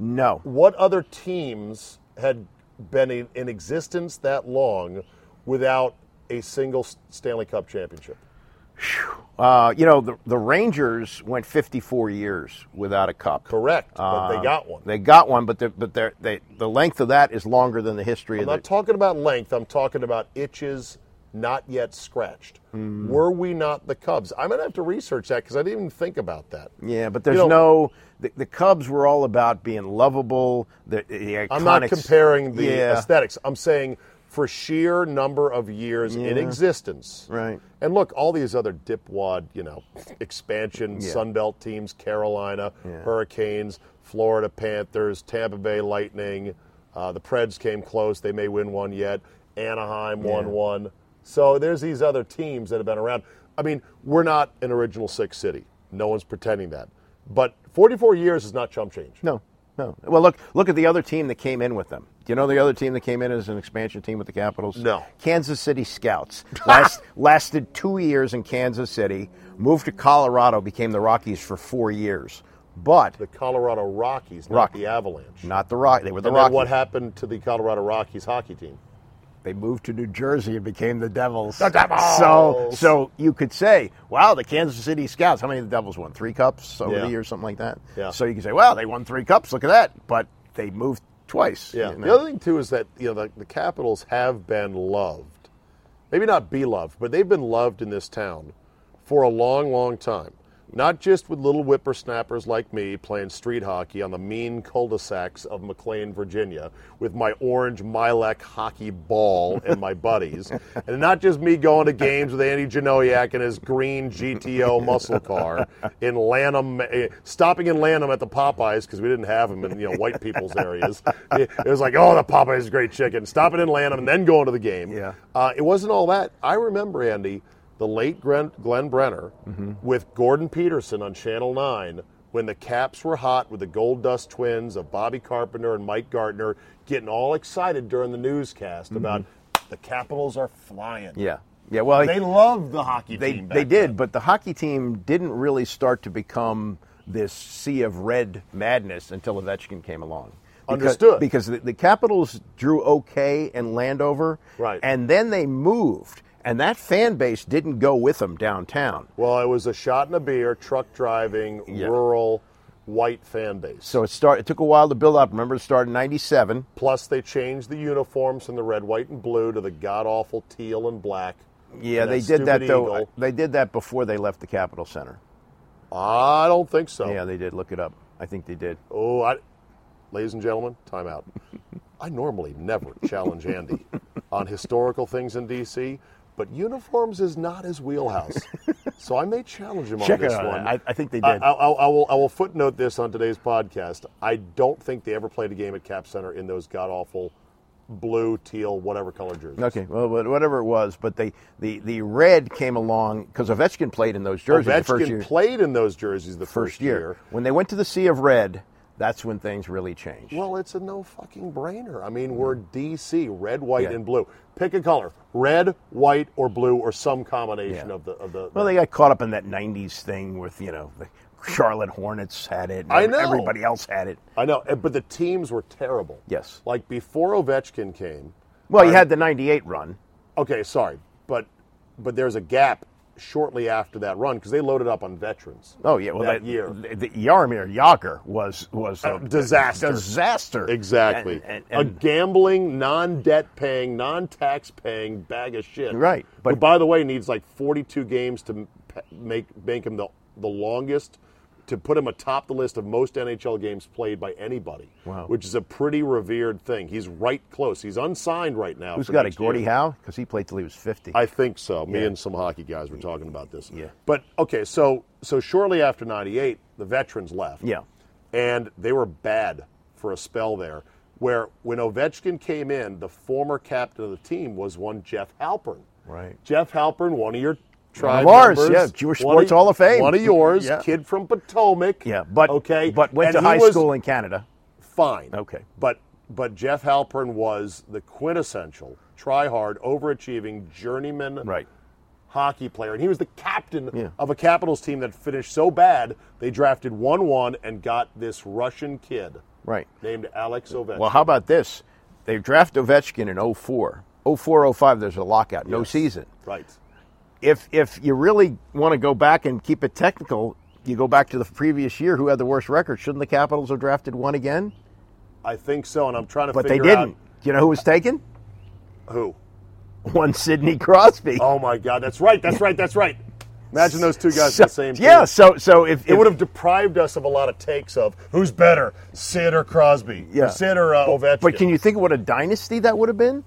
Speaker 6: No,
Speaker 2: What other teams had been in, in existence that long without a single S- Stanley Cup championship?
Speaker 6: uh, you know, the the Rangers went 54 years without a cup.
Speaker 2: Correct, but they
Speaker 6: Uh,
Speaker 2: got one.
Speaker 6: They got one, but the, but they're, they the length of that is longer than the history
Speaker 2: I'm
Speaker 6: of
Speaker 2: not
Speaker 6: the.
Speaker 2: talking about length. I'm talking about itches not yet scratched.
Speaker 6: Hmm.
Speaker 2: Were we not the Cubs? I'm gonna have to research that because I didn't even think about that.
Speaker 6: yeah, but there's
Speaker 2: you know-
Speaker 6: no the, the Cubs were all about being lovable. The, the
Speaker 2: I'm not
Speaker 6: iconic-
Speaker 2: comparing the
Speaker 6: yeah,
Speaker 2: aesthetics. I'm saying for sheer number of years in
Speaker 6: Yeah.
Speaker 2: existence.
Speaker 6: Right.
Speaker 2: And look, all these other dipwad, you know, expansion
Speaker 6: Yeah.
Speaker 2: Sunbelt teams, Carolina,
Speaker 6: Yeah.
Speaker 2: Hurricanes, Florida Panthers, Tampa Bay Lightning, uh, the Preds came close. They may win one yet. Anaheim won
Speaker 6: Yeah.
Speaker 2: one. So there's these other teams that have been around. I mean, we're not an original six city. No one's pretending that. But 44 years is not chump change.
Speaker 6: No, no. Well, look look at the other team that came in with them. Do you know the other team that came in as an expansion team with the Capitals?
Speaker 2: No.
Speaker 6: Kansas City Scouts last lasted two years in Kansas City. Moved to Colorado, became the Rockies for four years, but
Speaker 2: the Colorado Rockies, not
Speaker 6: Rocky.
Speaker 2: the Avalanche.
Speaker 6: not the Rock. They were the
Speaker 2: and then
Speaker 6: Rockies.
Speaker 2: what happened to the Colorado Rockies hockey team?
Speaker 6: they moved to New Jersey and became the Devils. The Devils. So, so you could say, wow, the Kansas City Scouts. How many of the Devils won? Three cups over
Speaker 2: Yeah.
Speaker 6: the years, something like that.
Speaker 2: Yeah.
Speaker 6: So you could say, wow, they won three cups. Look at that. But they moved twice.
Speaker 2: Yeah.
Speaker 6: you
Speaker 2: The
Speaker 6: know.
Speaker 2: other thing too is that you know the, the Capitals have been loved, maybe not beloved, but they've been loved in this town for a long, long time. Not just with little whippersnappers like me playing street hockey on the mean cul-de-sacs of McLean, Virginia, with my orange Milac hockey ball and my buddies, and not just me going to games with Andy Janowiak and his green GTO muscle car in Lanham, eh, stopping in Lanham at the Popeyes because we didn't have them in you know white people's areas. It it was like, oh, the Popeyes is great chicken. Stopping in Lanham and then going to the game.
Speaker 6: Yeah.
Speaker 2: Uh, it wasn't all that. I remember, Andy, the late Gren, Glenn Brenner
Speaker 6: Mm-hmm.
Speaker 2: with Gordon Peterson on Channel 9 when the Caps were hot with the Gold Dust twins of Bobby Carpenter and Mike Gardner getting all excited during the newscast about the Capitals are flying.
Speaker 6: Mm-hmm. Yeah. Yeah. Well,
Speaker 2: They loved the hockey
Speaker 6: they,
Speaker 2: team.
Speaker 6: they
Speaker 2: back
Speaker 6: did,
Speaker 2: then.
Speaker 6: but the hockey team didn't really start to become this sea of red madness until Ovechkin came along. Because-
Speaker 2: Understood.
Speaker 6: Because the, the Capitals drew OK and Landover,
Speaker 2: Right.
Speaker 6: And then they moved, and that fan base didn't go with them downtown.
Speaker 2: Well, it was a shot and a beer, truck driving,
Speaker 6: Yeah.
Speaker 2: rural, white fan base.
Speaker 6: So it start. It took a while to build up. Remember, it started in '97.
Speaker 2: Plus, they changed the uniforms from the red, white, and blue to the god awful teal and black.
Speaker 6: Yeah,
Speaker 2: And
Speaker 6: they did that
Speaker 2: stupid
Speaker 6: though.
Speaker 2: eagle.
Speaker 6: They did that before they left the Capitol Center.
Speaker 2: I don't think so.
Speaker 6: Yeah, they did. Look it up. I think they did.
Speaker 2: Oh, I, ladies and gentlemen, time out. I normally never challenge Andy on historical things in D.C., but uniforms is not his wheelhouse. so I may challenge him
Speaker 6: Check
Speaker 2: on
Speaker 6: it
Speaker 2: this
Speaker 6: out.
Speaker 2: one.
Speaker 6: I- I think they
Speaker 2: I-
Speaker 6: did.
Speaker 2: I, I, I will, I will footnote this on today's podcast. I don't think they ever played a game at Cap Center in those god awful blue, teal, whatever color jerseys.
Speaker 6: Okay, well, but whatever it was, but they the the red came along because Ovechkin played in those jerseys the first
Speaker 2: Oh, Ovechkin
Speaker 6: year.
Speaker 2: played in those jerseys the
Speaker 6: first year. When they went to the Sea of Red, that's when things really change.
Speaker 2: Well, it's a no fucking brainer. I mean, we're DC, red, white, and blue. Pick a color: red, white, or blue, or some combination
Speaker 6: Yeah.
Speaker 2: of the of the.
Speaker 6: Well, they got caught up in that '90s thing with you know the Charlotte Hornets had it. and
Speaker 2: I know.
Speaker 6: everybody else had it.
Speaker 2: I know, eh, but the teams were terrible.
Speaker 6: Yes.
Speaker 2: Like before Ovechkin came.
Speaker 6: Well, you had the '98 run.
Speaker 2: Okay, sorry, but but there's a gap shortly after that run because they loaded up on veterans.
Speaker 6: Oh yeah, well
Speaker 2: that, year.
Speaker 6: the, the Yarmir Yager was was a,
Speaker 2: Uh, disaster.
Speaker 6: disaster.
Speaker 2: Exactly.
Speaker 6: And- and- and-
Speaker 2: a gambling, non-debt paying, non-tax paying bag of shit.
Speaker 6: Right,
Speaker 2: But
Speaker 6: but-
Speaker 2: who, by the way, needs like 42 games to m- pe- make make him the the longest to put him atop the list of most NHL games played by anybody.
Speaker 6: Wow.
Speaker 2: Which is a pretty revered thing. He's right close. He's unsigned right now.
Speaker 6: who's
Speaker 2: for
Speaker 6: got it?
Speaker 2: next
Speaker 6: Gordie
Speaker 2: year.
Speaker 6: Howe, because he played till he was 50.
Speaker 2: I think so. Me
Speaker 6: Yeah.
Speaker 2: and some hockey guys were talking about this.
Speaker 6: Yeah.
Speaker 2: But okay, so so shortly after '98, the veterans left.
Speaker 6: Yeah.
Speaker 2: And they were bad for a spell there. Where when Ovechkin came in, the former captain of the team was one Jeff Halpern.
Speaker 6: Right.
Speaker 2: Jeff Halpern, one of your tribe
Speaker 6: ours,
Speaker 2: members,
Speaker 6: yeah, Jewish
Speaker 2: one
Speaker 6: Sports
Speaker 2: of-
Speaker 6: Hall of Fame.
Speaker 2: One of yours,
Speaker 6: Yeah.
Speaker 2: kid from Potomac.
Speaker 6: yeah, but
Speaker 2: okay,
Speaker 6: but went
Speaker 2: And
Speaker 6: to
Speaker 2: he
Speaker 6: high
Speaker 2: was
Speaker 6: school in Canada.
Speaker 2: fine.
Speaker 6: Okay.
Speaker 2: But but Jeff Halpern was the quintessential try-hard, overachieving journeyman
Speaker 6: Right.
Speaker 2: hockey player, and he was the captain
Speaker 6: Yeah.
Speaker 2: of a Capitals team that finished so bad they drafted one-one and got this Russian kid
Speaker 6: Right.
Speaker 2: named Alex Ovechkin.
Speaker 6: Well, how about this? They draft Ovechkin in 04. 04, 05, there's a lockout, no season.
Speaker 2: right?
Speaker 6: If if you really want to go back and keep it technical, you go back to the previous year. Who had the worst record? Shouldn't the Capitals have drafted one again?
Speaker 2: I think so, and I'm trying to
Speaker 6: But they
Speaker 2: figure
Speaker 6: didn't. You know who was taken?
Speaker 2: out who.
Speaker 6: One Sidney Crosby.
Speaker 2: Oh my God, that's right, that's right, that's right. Imagine those two guys
Speaker 6: So-
Speaker 2: on the same.
Speaker 6: Yeah.
Speaker 2: team.
Speaker 6: So so if
Speaker 2: It would have deprived us of a lot of takes of who's better, Sid or Crosby, or
Speaker 6: Yeah.
Speaker 2: Sid or uh, Ovechkin.
Speaker 6: But can you think of what a dynasty that would have been?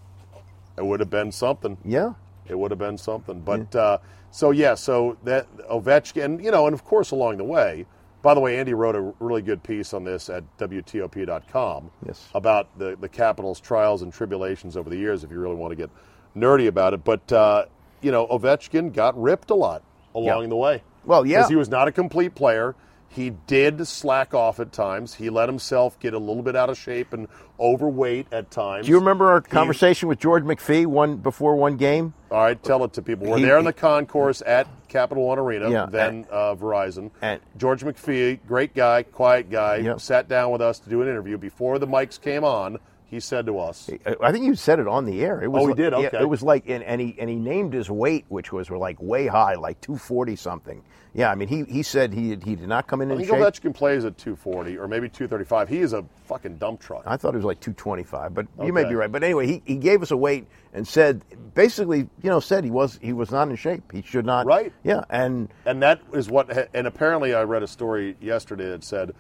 Speaker 2: It would have been something.
Speaker 6: Yeah.
Speaker 2: It would have been something. But uh, so yeah, so that Ovechkin, and, you know, and of course along the way. By the way, Andy wrote a really good piece on this at WTOP.com
Speaker 6: Yes.
Speaker 2: about the, the Capitals' trials and tribulations over the years, if you really want to get nerdy about it. But, uh, you know, Ovechkin got ripped a lot along
Speaker 6: Yeah.
Speaker 2: the way.
Speaker 6: Well, yeah.
Speaker 2: Because he was not a complete player. He did slack off at times. He let himself get a little bit out of shape and overweight at times.
Speaker 6: Do you remember our conversation with George McPhee one before one game?
Speaker 2: All right, tell it to people. We're
Speaker 6: He-
Speaker 2: there in the concourse at Capital One Arena,
Speaker 6: Yeah,
Speaker 2: then
Speaker 6: and-
Speaker 2: uh, Verizon.
Speaker 6: and-
Speaker 2: George McPhee, great guy, quiet guy,
Speaker 6: Yep.
Speaker 2: sat down with us to do an interview. Before the mics came on, he said to us,
Speaker 6: I- I think you said it on the air. It was
Speaker 2: Oh, he
Speaker 6: like-
Speaker 2: did?
Speaker 6: yeah,
Speaker 2: Okay.
Speaker 6: it was like, and, and he and he named his weight, which was like way high, like two forty something. Yeah, I mean, he, he said he he did not come in
Speaker 2: I
Speaker 6: in
Speaker 2: think
Speaker 6: shape.
Speaker 2: Ovechkin plays at 240 or maybe 235. He is a fucking dump truck.
Speaker 6: I thought it was like two twenty five, but you may
Speaker 2: Okay.
Speaker 6: be right. But anyway, he, he gave us a weight and said basically, you know, said he was he was not in shape. He should not.
Speaker 2: Right.
Speaker 6: Yeah, and
Speaker 2: And that is what, and apparently I read a story yesterday that said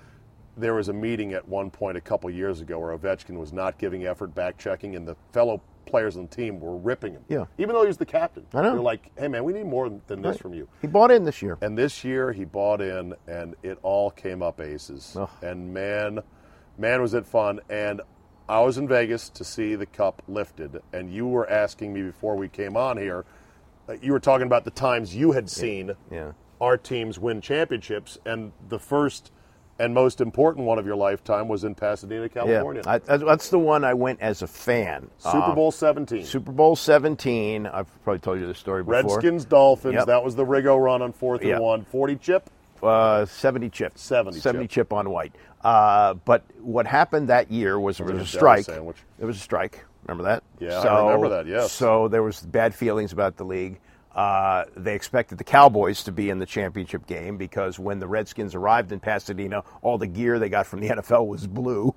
Speaker 2: there was a meeting at one point a couple years ago where Ovechkin was not giving effort, back checking, and the fellow players on the team were ripping him.
Speaker 6: Yeah.
Speaker 2: Even though he was the captain.
Speaker 6: I know.
Speaker 2: They're like, hey, man, we need more than this from you.
Speaker 6: he bought in this year.
Speaker 2: And this year he bought in, and it all came up aces.
Speaker 6: Ugh.
Speaker 2: And man, man, was it fun! And I was in Vegas to see the cup lifted, and you were asking me before we came on here. uh, You were talking about the times you had seen
Speaker 6: yeah.
Speaker 2: our teams win championships, and the first and most important one of your lifetime was in Pasadena, California,
Speaker 6: Yeah, I, uh, that's- that's the one I went as a fan.
Speaker 2: Super
Speaker 6: Um,
Speaker 2: Bowl Seventeen,
Speaker 6: Super Bowl seventeen. I've probably told you this story before.
Speaker 2: Redskins, Dolphins.
Speaker 6: Yep.
Speaker 2: That was the Rigo run on fourth and
Speaker 6: Yeah.
Speaker 2: one, forty chip.
Speaker 6: Uh, 70 chip.
Speaker 2: 70 chip.
Speaker 6: chip. on white. Uh, but what happened that year was there
Speaker 2: Was it
Speaker 6: was a
Speaker 2: a
Speaker 6: strike.
Speaker 2: Dallas sandwich?
Speaker 6: It was a strike. Remember that?
Speaker 2: Yeah, I remember that, yes.
Speaker 6: So there was bad feelings about the league. Uh, they expected the Cowboys to be in the championship game because when the Redskins arrived in Pasadena, all the gear they got from the NFL was blue.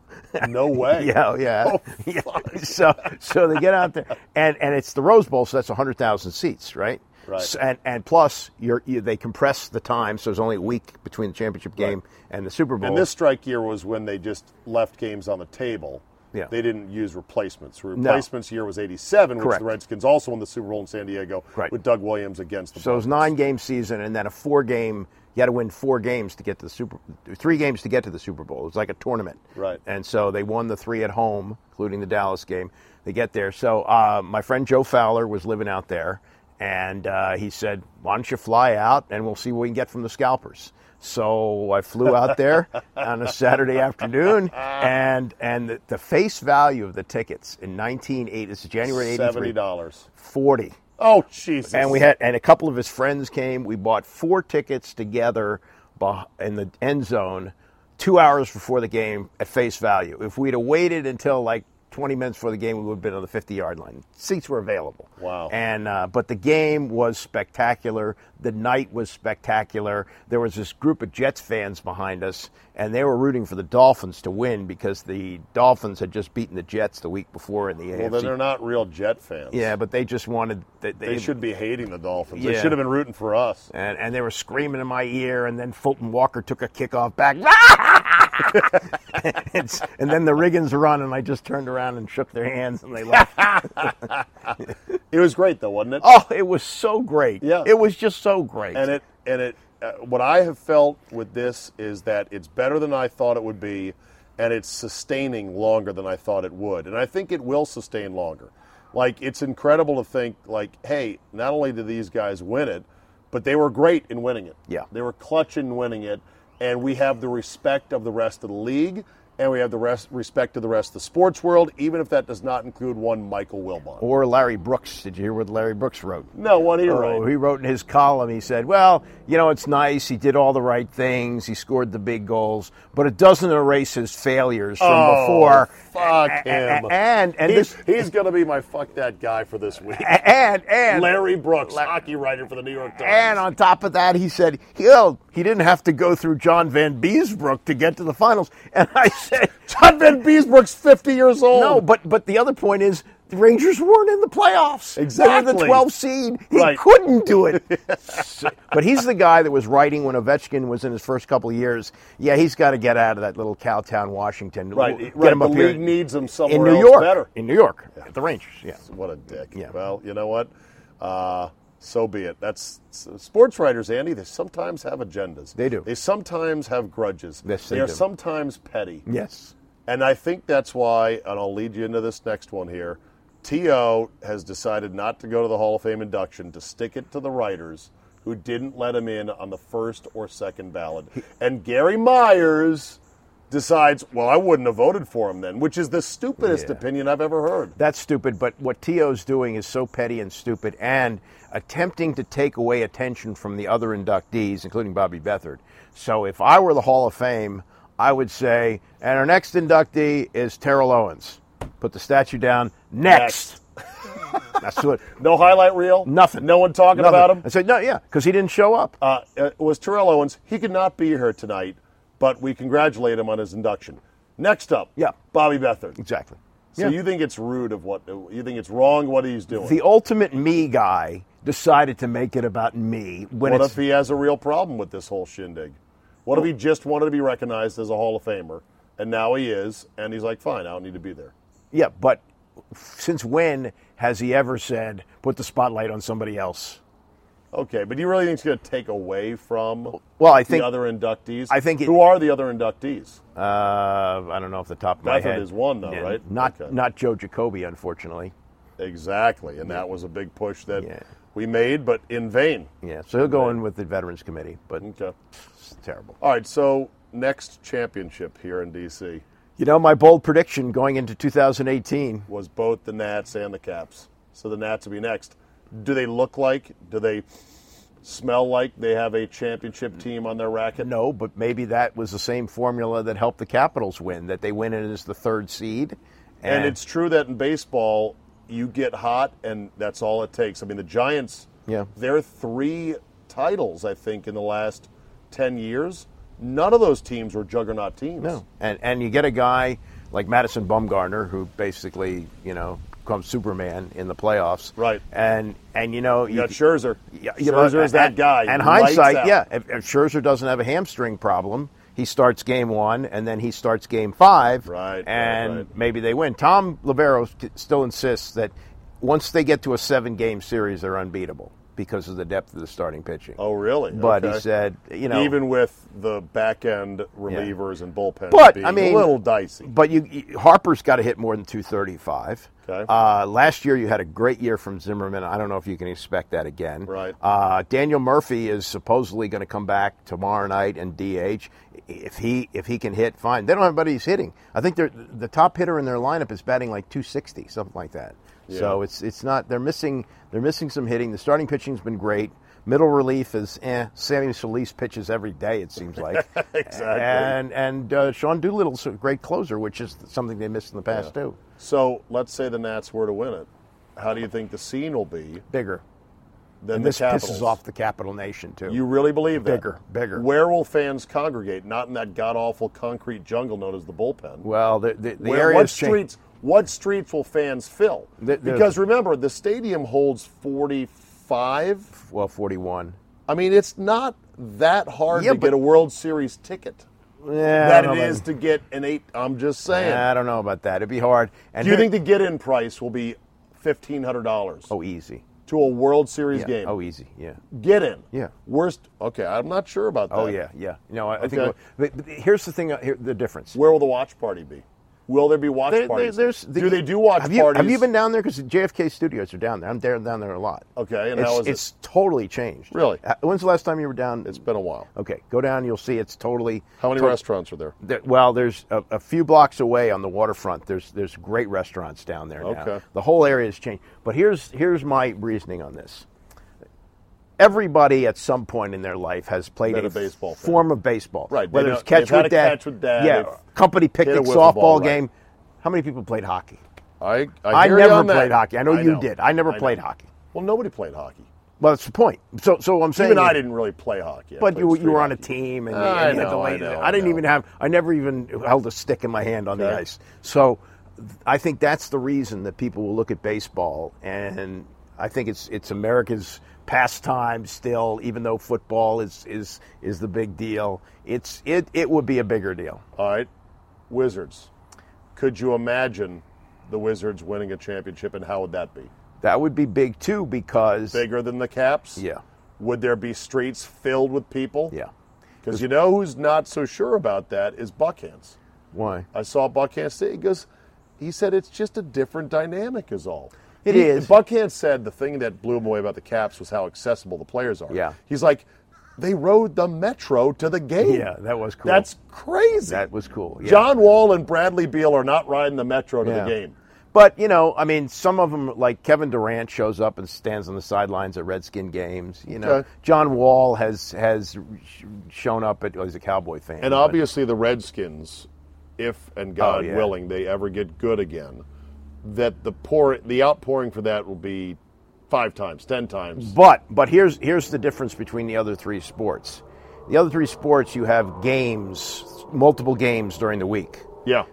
Speaker 2: No way. Oh,
Speaker 6: Yeah, yeah. Yeah. So, so they get out there, and, and it's the Rose Bowl, so that's 100,000 seats, right?
Speaker 2: Right.
Speaker 6: S- and, and plus, you're, you, they compress the time, so there's only a week between the championship game and the Super Bowl.
Speaker 2: And this strike year was when they just left games on the table.
Speaker 6: Yeah.
Speaker 2: They didn't use replacements. Replacements year was 87, which
Speaker 6: Correct.
Speaker 2: the Redskins also won the Super Bowl in San Diego
Speaker 6: Right.
Speaker 2: with Doug Williams against the
Speaker 6: so it was
Speaker 2: Broncos.
Speaker 6: nine game season, and then a four game. You had to win four games to get to the Super, three games to get to the Super Bowl. It was like a tournament.
Speaker 2: Right.
Speaker 6: And so they won the three at home, including the Dallas game. They get there. So uh, my friend Joe Fowler was living out there, And uh, he said, Why don't you fly out and we'll see what we can get from the scalpers? So I flew out there on a Saturday afternoon, and and the, the face value of the tickets in 1980, this is January 83,
Speaker 2: Seventy dollars.
Speaker 6: 40.
Speaker 2: Oh Jesus!
Speaker 6: And we had and a couple of his friends came. We bought four tickets together beh- in the end zone 2 hours before the game at face value. If we'd have waited until like 20 minutes before the game, we would have been on the 50-yard line. Seats were available.
Speaker 2: Wow.
Speaker 6: And uh, but the game was spectacular. The night was spectacular. There was this group of Jets fans behind us, and they were rooting for the Dolphins to win because the Dolphins had just beaten the Jets the week before in the
Speaker 2: well,
Speaker 6: AFC.
Speaker 2: then they're not real Jet fans.
Speaker 6: yeah, but they just wanted
Speaker 2: they should be hating the Dolphins. They
Speaker 6: Yeah.
Speaker 2: should have been rooting for us.
Speaker 6: and, and they were screaming in my ear. And then Fulton Walker took a kickoff back, It's- and then the Riggins run, and I just turned around and shook their hands, and they left.
Speaker 2: It was great though, wasn't it?
Speaker 6: oh, it was so great!
Speaker 2: Yeah.
Speaker 6: it was just so great.
Speaker 2: and it and it uh, what I have felt with this is that it's better than I thought it would be, and it's sustaining longer than I thought it would, and I think it will sustain longer. Like it's incredible to think like, hey, not only did these guys win it, but they were great in winning it.
Speaker 6: Yeah.
Speaker 2: they were clutch in winning it, and we have the respect of the rest of the league. And we have the rest, respect of the rest of the sports world, even if that does not include one Michael Wilbon.
Speaker 6: or Larry Brooks. Did you hear what Larry Brooks wrote?
Speaker 2: no, one here,
Speaker 6: Oh, he wrote in his column, he said, Well, you know, it's nice. He did all the right things. He scored the big goals, but it doesn't erase his failures from
Speaker 2: Oh,
Speaker 6: before.
Speaker 2: Fuck
Speaker 6: A- a-
Speaker 2: him.
Speaker 6: a- And, and,
Speaker 2: he's,
Speaker 6: this,
Speaker 2: he's going to be my fuck that guy for this week.
Speaker 6: a- and, and,
Speaker 2: Larry Brooks, hockey writer for the New York Times.
Speaker 6: and on top of that, he said, He'll, he didn't have to go through John Van Beesbrook to get to the finals. And I said,
Speaker 2: John Van Beesbrook's 50 years old.
Speaker 6: No, but, but the other point is, the Rangers weren't in the playoffs. They were
Speaker 2: Exactly.
Speaker 6: the 12 seed. He
Speaker 2: Right.
Speaker 6: couldn't do it. So- but he's the guy that was writing when Ovechkin was in his first couple of years. Yeah, he's got to get out of that little cowtown, Washington.
Speaker 2: Right,
Speaker 6: We'll get
Speaker 2: right,
Speaker 6: him up
Speaker 2: the
Speaker 6: here
Speaker 2: league needs him
Speaker 6: in
Speaker 2: somewhere
Speaker 6: New
Speaker 2: else
Speaker 6: York.
Speaker 2: better.
Speaker 6: In New York, at the Rangers. Yeah.
Speaker 2: What a dick.
Speaker 6: Yeah.
Speaker 2: Well, you know what? Uh, so be it. That's sports writers, Andy. They sometimes have agendas.
Speaker 6: They do.
Speaker 2: They sometimes have grudges.
Speaker 6: Yes, they
Speaker 2: are
Speaker 6: do.
Speaker 2: sometimes petty.
Speaker 6: Yes.
Speaker 2: And I think that's why, and I'll lead you into this next one here. T.O. has decided not to go to the Hall of Fame induction to stick it to the writers who didn't let him in on the first or second ballot. And Gary Myers decides, well, I wouldn't have voted for him then, which is the stupidest opinion I've ever heard.
Speaker 6: That's stupid, but what Tio's doing is so petty and stupid and attempting to take away attention from the other inductees, including Bobby Bethard. So if I were the Hall of Fame, I would say, and our next inductee is Terrell Owens. Put the statue down. Next. That's what.
Speaker 2: No highlight reel?
Speaker 6: Nothing.
Speaker 2: No one talking
Speaker 6: Nothing.
Speaker 2: about him?
Speaker 6: I said, no, yeah, because he didn't show up.
Speaker 2: uh, it was Terrell Owens. He could not be here tonight, but we congratulate him on his induction. Next up,
Speaker 6: Yeah.
Speaker 2: Bobby Bethard.
Speaker 6: exactly.
Speaker 2: So
Speaker 6: Yeah.
Speaker 2: you think it's rude of what you think it's wrong what he's doing?
Speaker 6: the ultimate me guy decided to make it about me when
Speaker 2: what
Speaker 6: it's
Speaker 2: if he has a real problem with this whole shindig? What if he just wanted to be recognized as a Hall of Famer and now he is and he's like, fine, I don't need to be there.
Speaker 6: Yeah, but since when has he ever said put the spotlight on somebody else?
Speaker 2: Okay, but do you really think it's going to take away from
Speaker 6: Well, I think
Speaker 2: the other inductees?
Speaker 6: I think it-
Speaker 2: who are the other inductees?
Speaker 6: uh, I don't know off the top of my
Speaker 2: Bethard
Speaker 6: head.
Speaker 2: is one, though,
Speaker 6: Yeah,
Speaker 2: right?
Speaker 6: Not
Speaker 2: Okay.
Speaker 6: not Joe Jacoby, unfortunately.
Speaker 2: Exactly, and that was a big push that
Speaker 6: Yeah.
Speaker 2: we made, but in vain.
Speaker 6: Yeah, so he'll go in with the Veterans Committee, but
Speaker 2: Okay.
Speaker 6: it's terrible.
Speaker 2: All right, so next championship here in D.C.
Speaker 6: You know, my bold prediction going into 2018.
Speaker 2: was both the Nats and the Caps. So the Nats will be next. Do they look like? Do they smell like they have a championship team on their racket?
Speaker 6: No, but maybe that was the same formula that helped the Capitals win, that they win it as the third seed.
Speaker 2: And it's true that in baseball, you get hot, and that's all it takes. I mean, the Giants,
Speaker 6: Yeah.
Speaker 2: their three titles, I think, in the last 10 years, none of those teams were juggernaut teams.
Speaker 6: No, and and you get a guy like Madison Bumgarner who basically you know becomes Superman in the playoffs,
Speaker 2: Right.
Speaker 6: And and you know
Speaker 2: You got Scherzer.
Speaker 6: yeah, you know,
Speaker 2: Scherzer is that
Speaker 6: and-
Speaker 2: guy.
Speaker 6: And
Speaker 2: Lights
Speaker 6: hindsight,
Speaker 2: out.
Speaker 6: yeah, if, if Scherzer doesn't have a hamstring problem, he starts game one and then he starts game five,
Speaker 2: Right, right,
Speaker 6: And
Speaker 2: right.
Speaker 6: maybe they win. Tom Libero st- still insists that once they get to a seven-game series, they're unbeatable because of the depth of the starting pitching.
Speaker 2: Oh, really?
Speaker 6: But
Speaker 2: Okay.
Speaker 6: he said, you know,
Speaker 2: even with the back end relievers and bullpen
Speaker 6: But
Speaker 2: being
Speaker 6: I mean,
Speaker 2: a little dicey.
Speaker 6: But you, you- Harper's got to hit more than 235.
Speaker 2: Okay.
Speaker 6: Uh, last year you had a great year from Zimmerman. I don't know if you can expect that again.
Speaker 2: Right.
Speaker 6: Uh, Daniel Murphy is supposedly going to come back tomorrow night and DH. If he if he can hit, fine. They don't have anybody who's hitting. I think they're, the top hitter in their lineup is batting like 260, something like that. So it's it's not they're missing they're missing some hitting. The starting pitching's been great. Middle relief is eh. Sammy Solis pitches every day. It seems like
Speaker 2: Exactly.
Speaker 6: And and uh, Sean Doolittle's a great closer, which is something they missed in the past too.
Speaker 2: So let's say the Nats were to win it. How do you think the scene will be?
Speaker 6: Bigger.
Speaker 2: Then
Speaker 6: And
Speaker 2: the
Speaker 6: this
Speaker 2: Capitals?
Speaker 6: pisses off the Capital Nation too.
Speaker 2: You really believe that?
Speaker 6: Bigger, bigger.
Speaker 2: Where will fans congregate? Not in that god awful concrete jungle known as the bullpen.
Speaker 6: well, the the, the
Speaker 2: Where-
Speaker 6: area
Speaker 2: what streets? What streets will fans fill?
Speaker 6: The- the-
Speaker 2: because remember, the stadium holds forty-five.
Speaker 6: Well, forty-one.
Speaker 2: I mean, it's not that hard
Speaker 6: Yeah,
Speaker 2: to
Speaker 6: but-
Speaker 2: get a World Series ticket
Speaker 6: Yeah, I
Speaker 2: that
Speaker 6: don't
Speaker 2: it
Speaker 6: know
Speaker 2: is
Speaker 6: about-
Speaker 2: to get an eight. I'm just saying.
Speaker 6: Yeah, I don't know about that. It'd be hard. And
Speaker 2: Do you
Speaker 6: here-
Speaker 2: think the get-in price will be fifteen hundred dollars
Speaker 6: Oh, easy.
Speaker 2: to a World Series
Speaker 6: Yeah.
Speaker 2: game?
Speaker 6: Oh, easy. Yeah.
Speaker 2: Get in.
Speaker 6: Yeah.
Speaker 2: Worst. Okay, I'm not sure about that.
Speaker 6: Oh, yeah, yeah. No, I, I
Speaker 2: Okay.
Speaker 6: think. But, but here's the thing. uh, Here, the difference.
Speaker 2: Where will the watch party be? Will there be watch
Speaker 6: There- there-
Speaker 2: parties?
Speaker 6: there's the-
Speaker 2: do they do watch
Speaker 6: have you,
Speaker 2: parties?
Speaker 6: Have you been down there? Because JFK studios are down there. I'm there down there a lot.
Speaker 2: Okay, and
Speaker 6: it's,
Speaker 2: how is it?
Speaker 6: It's totally changed.
Speaker 2: Really?
Speaker 6: Uh, When's the last time you were down?
Speaker 2: It's been a while.
Speaker 6: Okay, go down. You'll see. It's totally.
Speaker 2: How many
Speaker 6: to-
Speaker 2: restaurants are there?
Speaker 6: there- well, there's a, a few blocks away on the waterfront. There's there's great restaurants down there now.
Speaker 2: Okay.
Speaker 6: The whole area has changed. But here's here's my reasoning on this. Everybody at some point in their life has played
Speaker 2: Been
Speaker 6: a
Speaker 2: a baseball fan.
Speaker 6: form of baseball.
Speaker 2: Right, they
Speaker 6: Whether
Speaker 2: know-
Speaker 6: it's catch
Speaker 2: they've had
Speaker 6: with,
Speaker 2: a
Speaker 6: dad,
Speaker 2: catch with dad,
Speaker 6: yeah,
Speaker 2: they've
Speaker 6: company
Speaker 2: hit a
Speaker 6: picnic,
Speaker 2: wiffle
Speaker 6: softball
Speaker 2: ball, right.
Speaker 6: game. How many people played hockey?
Speaker 2: I
Speaker 6: I,
Speaker 2: hear you
Speaker 6: never
Speaker 2: on that.
Speaker 6: played hockey. I know you did. I never
Speaker 2: know.
Speaker 6: played hockey.
Speaker 2: Well, nobody played hockey.
Speaker 6: Well, that's the point. So so I'm saying
Speaker 2: Even I
Speaker 6: is-
Speaker 2: didn't really play hockey. I
Speaker 6: but
Speaker 2: played
Speaker 6: you, you
Speaker 2: street
Speaker 6: were on a
Speaker 2: hockey.
Speaker 6: team, and,
Speaker 2: I
Speaker 6: and you had
Speaker 2: know,
Speaker 6: to lay-
Speaker 2: I know,
Speaker 6: I didn't
Speaker 2: I
Speaker 6: even
Speaker 2: know.
Speaker 6: have. I never even held a stick in my hand on the
Speaker 2: Okay.
Speaker 6: ice. So, I think that's the reason that people will look at baseball, and I think it's it's America's pastime still. Even though football is is is the big deal, it's it it would be a bigger deal.
Speaker 2: All right, Wizards. Could you imagine the Wizards winning a championship, and how would that be?
Speaker 6: That would be big too because
Speaker 2: Bigger than the Caps?
Speaker 6: Yeah.
Speaker 2: Would there be streets filled with people?
Speaker 6: yeah,
Speaker 2: Because you know who's not so sure about that is Buckhans.
Speaker 6: why?
Speaker 2: I saw Buckhans say he goes, he said it's just a different dynamic is all.
Speaker 6: It
Speaker 2: It is.
Speaker 6: is.
Speaker 2: Buckhans said the thing that blew him away about the Caps was how accessible the players are.
Speaker 6: Yeah.
Speaker 2: He's like, they rode the metro to the game.
Speaker 6: Yeah, that was cool.
Speaker 2: That's crazy.
Speaker 6: That was cool, yeah.
Speaker 2: John Wall and Bradley Beal are not riding the metro to
Speaker 6: Yeah.
Speaker 2: the game.
Speaker 6: But you know, I mean, some of them, like Kevin Durant, shows up and stands on the sidelines at Redskin games. You know,
Speaker 2: Okay.
Speaker 6: John Wall has has sh- shown up at. Well, he's a Cowboy fan,
Speaker 2: And
Speaker 6: but-
Speaker 2: obviously, the Redskins, if and God
Speaker 6: Oh, yeah.
Speaker 2: willing, they ever get good again, that the pour, the outpouring for that will be five times, ten times.
Speaker 6: But but here's here's the difference between the other three sports. The other three sports, you have games, multiple games during the week.
Speaker 2: yeah,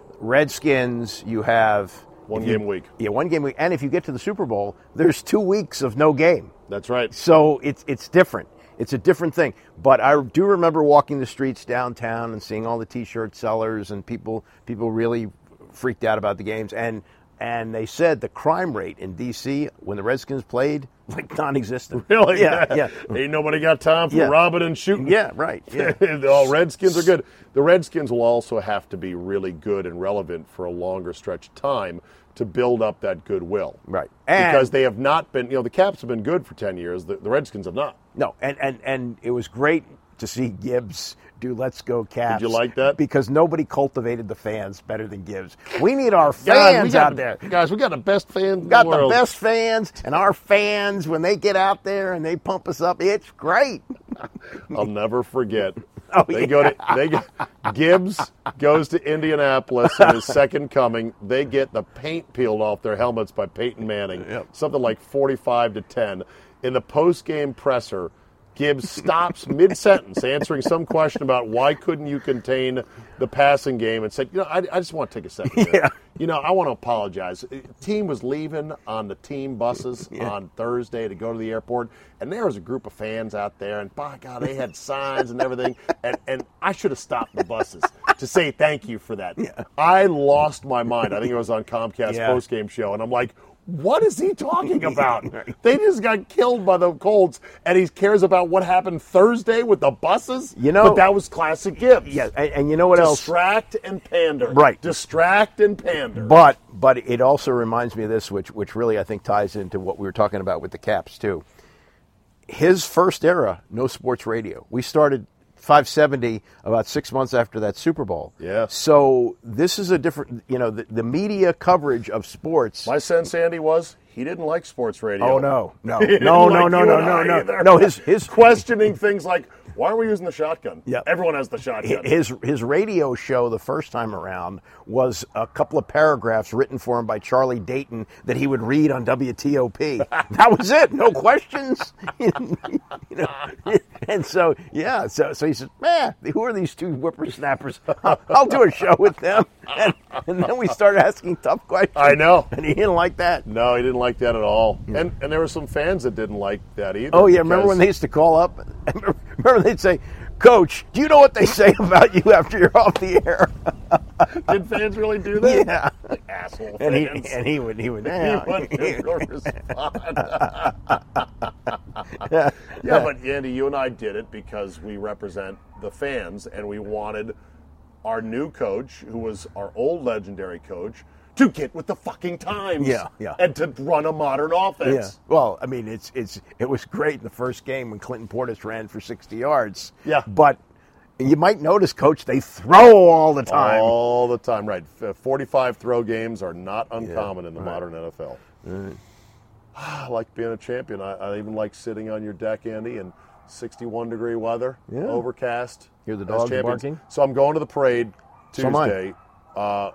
Speaker 6: Redskins, you have
Speaker 2: One
Speaker 6: if you-
Speaker 2: game a week.
Speaker 6: Yeah, one game a week, and if you get to the Super Bowl, there's two weeks of no game.
Speaker 2: that's right.
Speaker 6: So it's it's different. It's a different thing. But I do remember walking the streets downtown and seeing all the T-shirt sellers and people people really freaked out about the games and and they said the crime rate in D.C. when the Redskins played like non-existent.
Speaker 2: Really?
Speaker 6: Yeah, yeah,
Speaker 2: Ain't nobody got time for
Speaker 6: Yeah.
Speaker 2: robbing and shooting.
Speaker 6: yeah. Right. Yeah.
Speaker 2: the all Redskins are good. The Redskins will also have to be really good and relevant for a longer stretch of time to build up that goodwill.
Speaker 6: Right. And-
Speaker 2: because they have not been, you know, the Caps have been good for 10 years. The, the Redskins have not.
Speaker 6: No, and, and, and it was great to see Gibbs do Let's Go Caps.
Speaker 2: you like that?
Speaker 6: Because nobody cultivated the fans better than Gibbs. We need our
Speaker 2: God, we
Speaker 6: fans
Speaker 2: got
Speaker 6: out
Speaker 2: the-
Speaker 6: there.
Speaker 2: Guys, we got the best fans in
Speaker 6: We got
Speaker 2: the
Speaker 6: the
Speaker 2: world.
Speaker 6: best fans, and our fans, when they get out there and they pump us up, it's great.
Speaker 2: I'll never forget.
Speaker 6: Oh,
Speaker 2: they
Speaker 6: yeah.
Speaker 2: go to they go, Gibbs goes to Indianapolis in his second coming. They get the paint peeled off their helmets by Peyton Manning, something like forty-five to ten. In the post-game presser, Gibbs stops mid-sentence, answering some question about why couldn't you contain the passing game, and said, "You know, I, I just want to take a second. here. You know, I want to apologize. Uh, Team was leaving on the team buses on Thursday to go to the airport, and there was a group of fans out there, and by God, they had signs and everything, and, and I should have stopped the buses to say thank you for that. I lost my mind. I think it was on Comcast
Speaker 6: Yeah.
Speaker 2: post game show, and I'm like, What is he talking about? They just got killed by the Colts, and he cares about what happened Thursday with the buses.
Speaker 6: You know-
Speaker 2: but that was classic Gibbs.
Speaker 6: Yeah, and, and you know what else?
Speaker 2: distract and pander.
Speaker 6: Right.
Speaker 2: distract and pander.
Speaker 6: But but it also reminds me of this, which which really I think ties into what we were talking about with the Caps too. His first era, no sports radio. We started 570 about six months after that Super Bowl.
Speaker 2: Yeah.
Speaker 6: So this is a different, you know, the, the media coverage of sports.
Speaker 2: my sense, Andy, was he didn't like sports radio.
Speaker 6: Oh no, no,
Speaker 2: He
Speaker 6: no,
Speaker 2: didn't
Speaker 6: no,
Speaker 2: like
Speaker 6: no, no,
Speaker 2: you
Speaker 6: no,
Speaker 2: and I
Speaker 6: no, no.
Speaker 2: either.
Speaker 6: No, his his
Speaker 2: questioning things like why are we using the shotgun?
Speaker 6: Yeah.
Speaker 2: everyone has the shotgun.
Speaker 6: his his radio show the first time around was a couple of paragraphs written for him by Charlie Dayton that he would read on WTOP. that was it. No questions. you know? And so yeah, so so he says, man, who are these two whippersnappers? I'll, I'll do a show with them. And, and then we started asking tough questions.
Speaker 2: I know.
Speaker 6: And he didn't like that.
Speaker 2: No, he didn't like that at all. And and there were some fans that didn't like that either.
Speaker 6: Hmm. Oh yeah, remember when they used to call up? Remember when they'd say, "Coach, do you know what they say about you after you're off the air?"
Speaker 2: they did fans really do that?
Speaker 6: Yeah.
Speaker 2: asshole
Speaker 6: And he,
Speaker 2: fans.
Speaker 6: and he would he would
Speaker 2: He
Speaker 6: yeah.
Speaker 2: wouldn't really respond. yeah, but Andy, you and I did it because we represent the fans, and we wanted our new coach, who was our old legendary coach, to get with the fucking times.
Speaker 6: Yeah, yeah.
Speaker 2: And to run a modern
Speaker 6: Yeah.
Speaker 2: offense.
Speaker 6: Well, I mean, it's it's it was great in the first game when Clinton Portis ran for 60 yards.
Speaker 2: Yeah.
Speaker 6: But you might notice, Coach, they throw all the time.
Speaker 2: All the time, right? F- uh, Forty-five throw games are not uncommon in the modern NFL. I like being a champion. I, I even like sitting on your deck, Andy, in sixty-one degree weather,
Speaker 6: Yeah.
Speaker 2: overcast.
Speaker 6: Hear the
Speaker 2: as
Speaker 6: dogs
Speaker 2: champions.
Speaker 6: barking?
Speaker 2: So I'm going to the parade
Speaker 6: So am I.
Speaker 2: Tuesday. uh,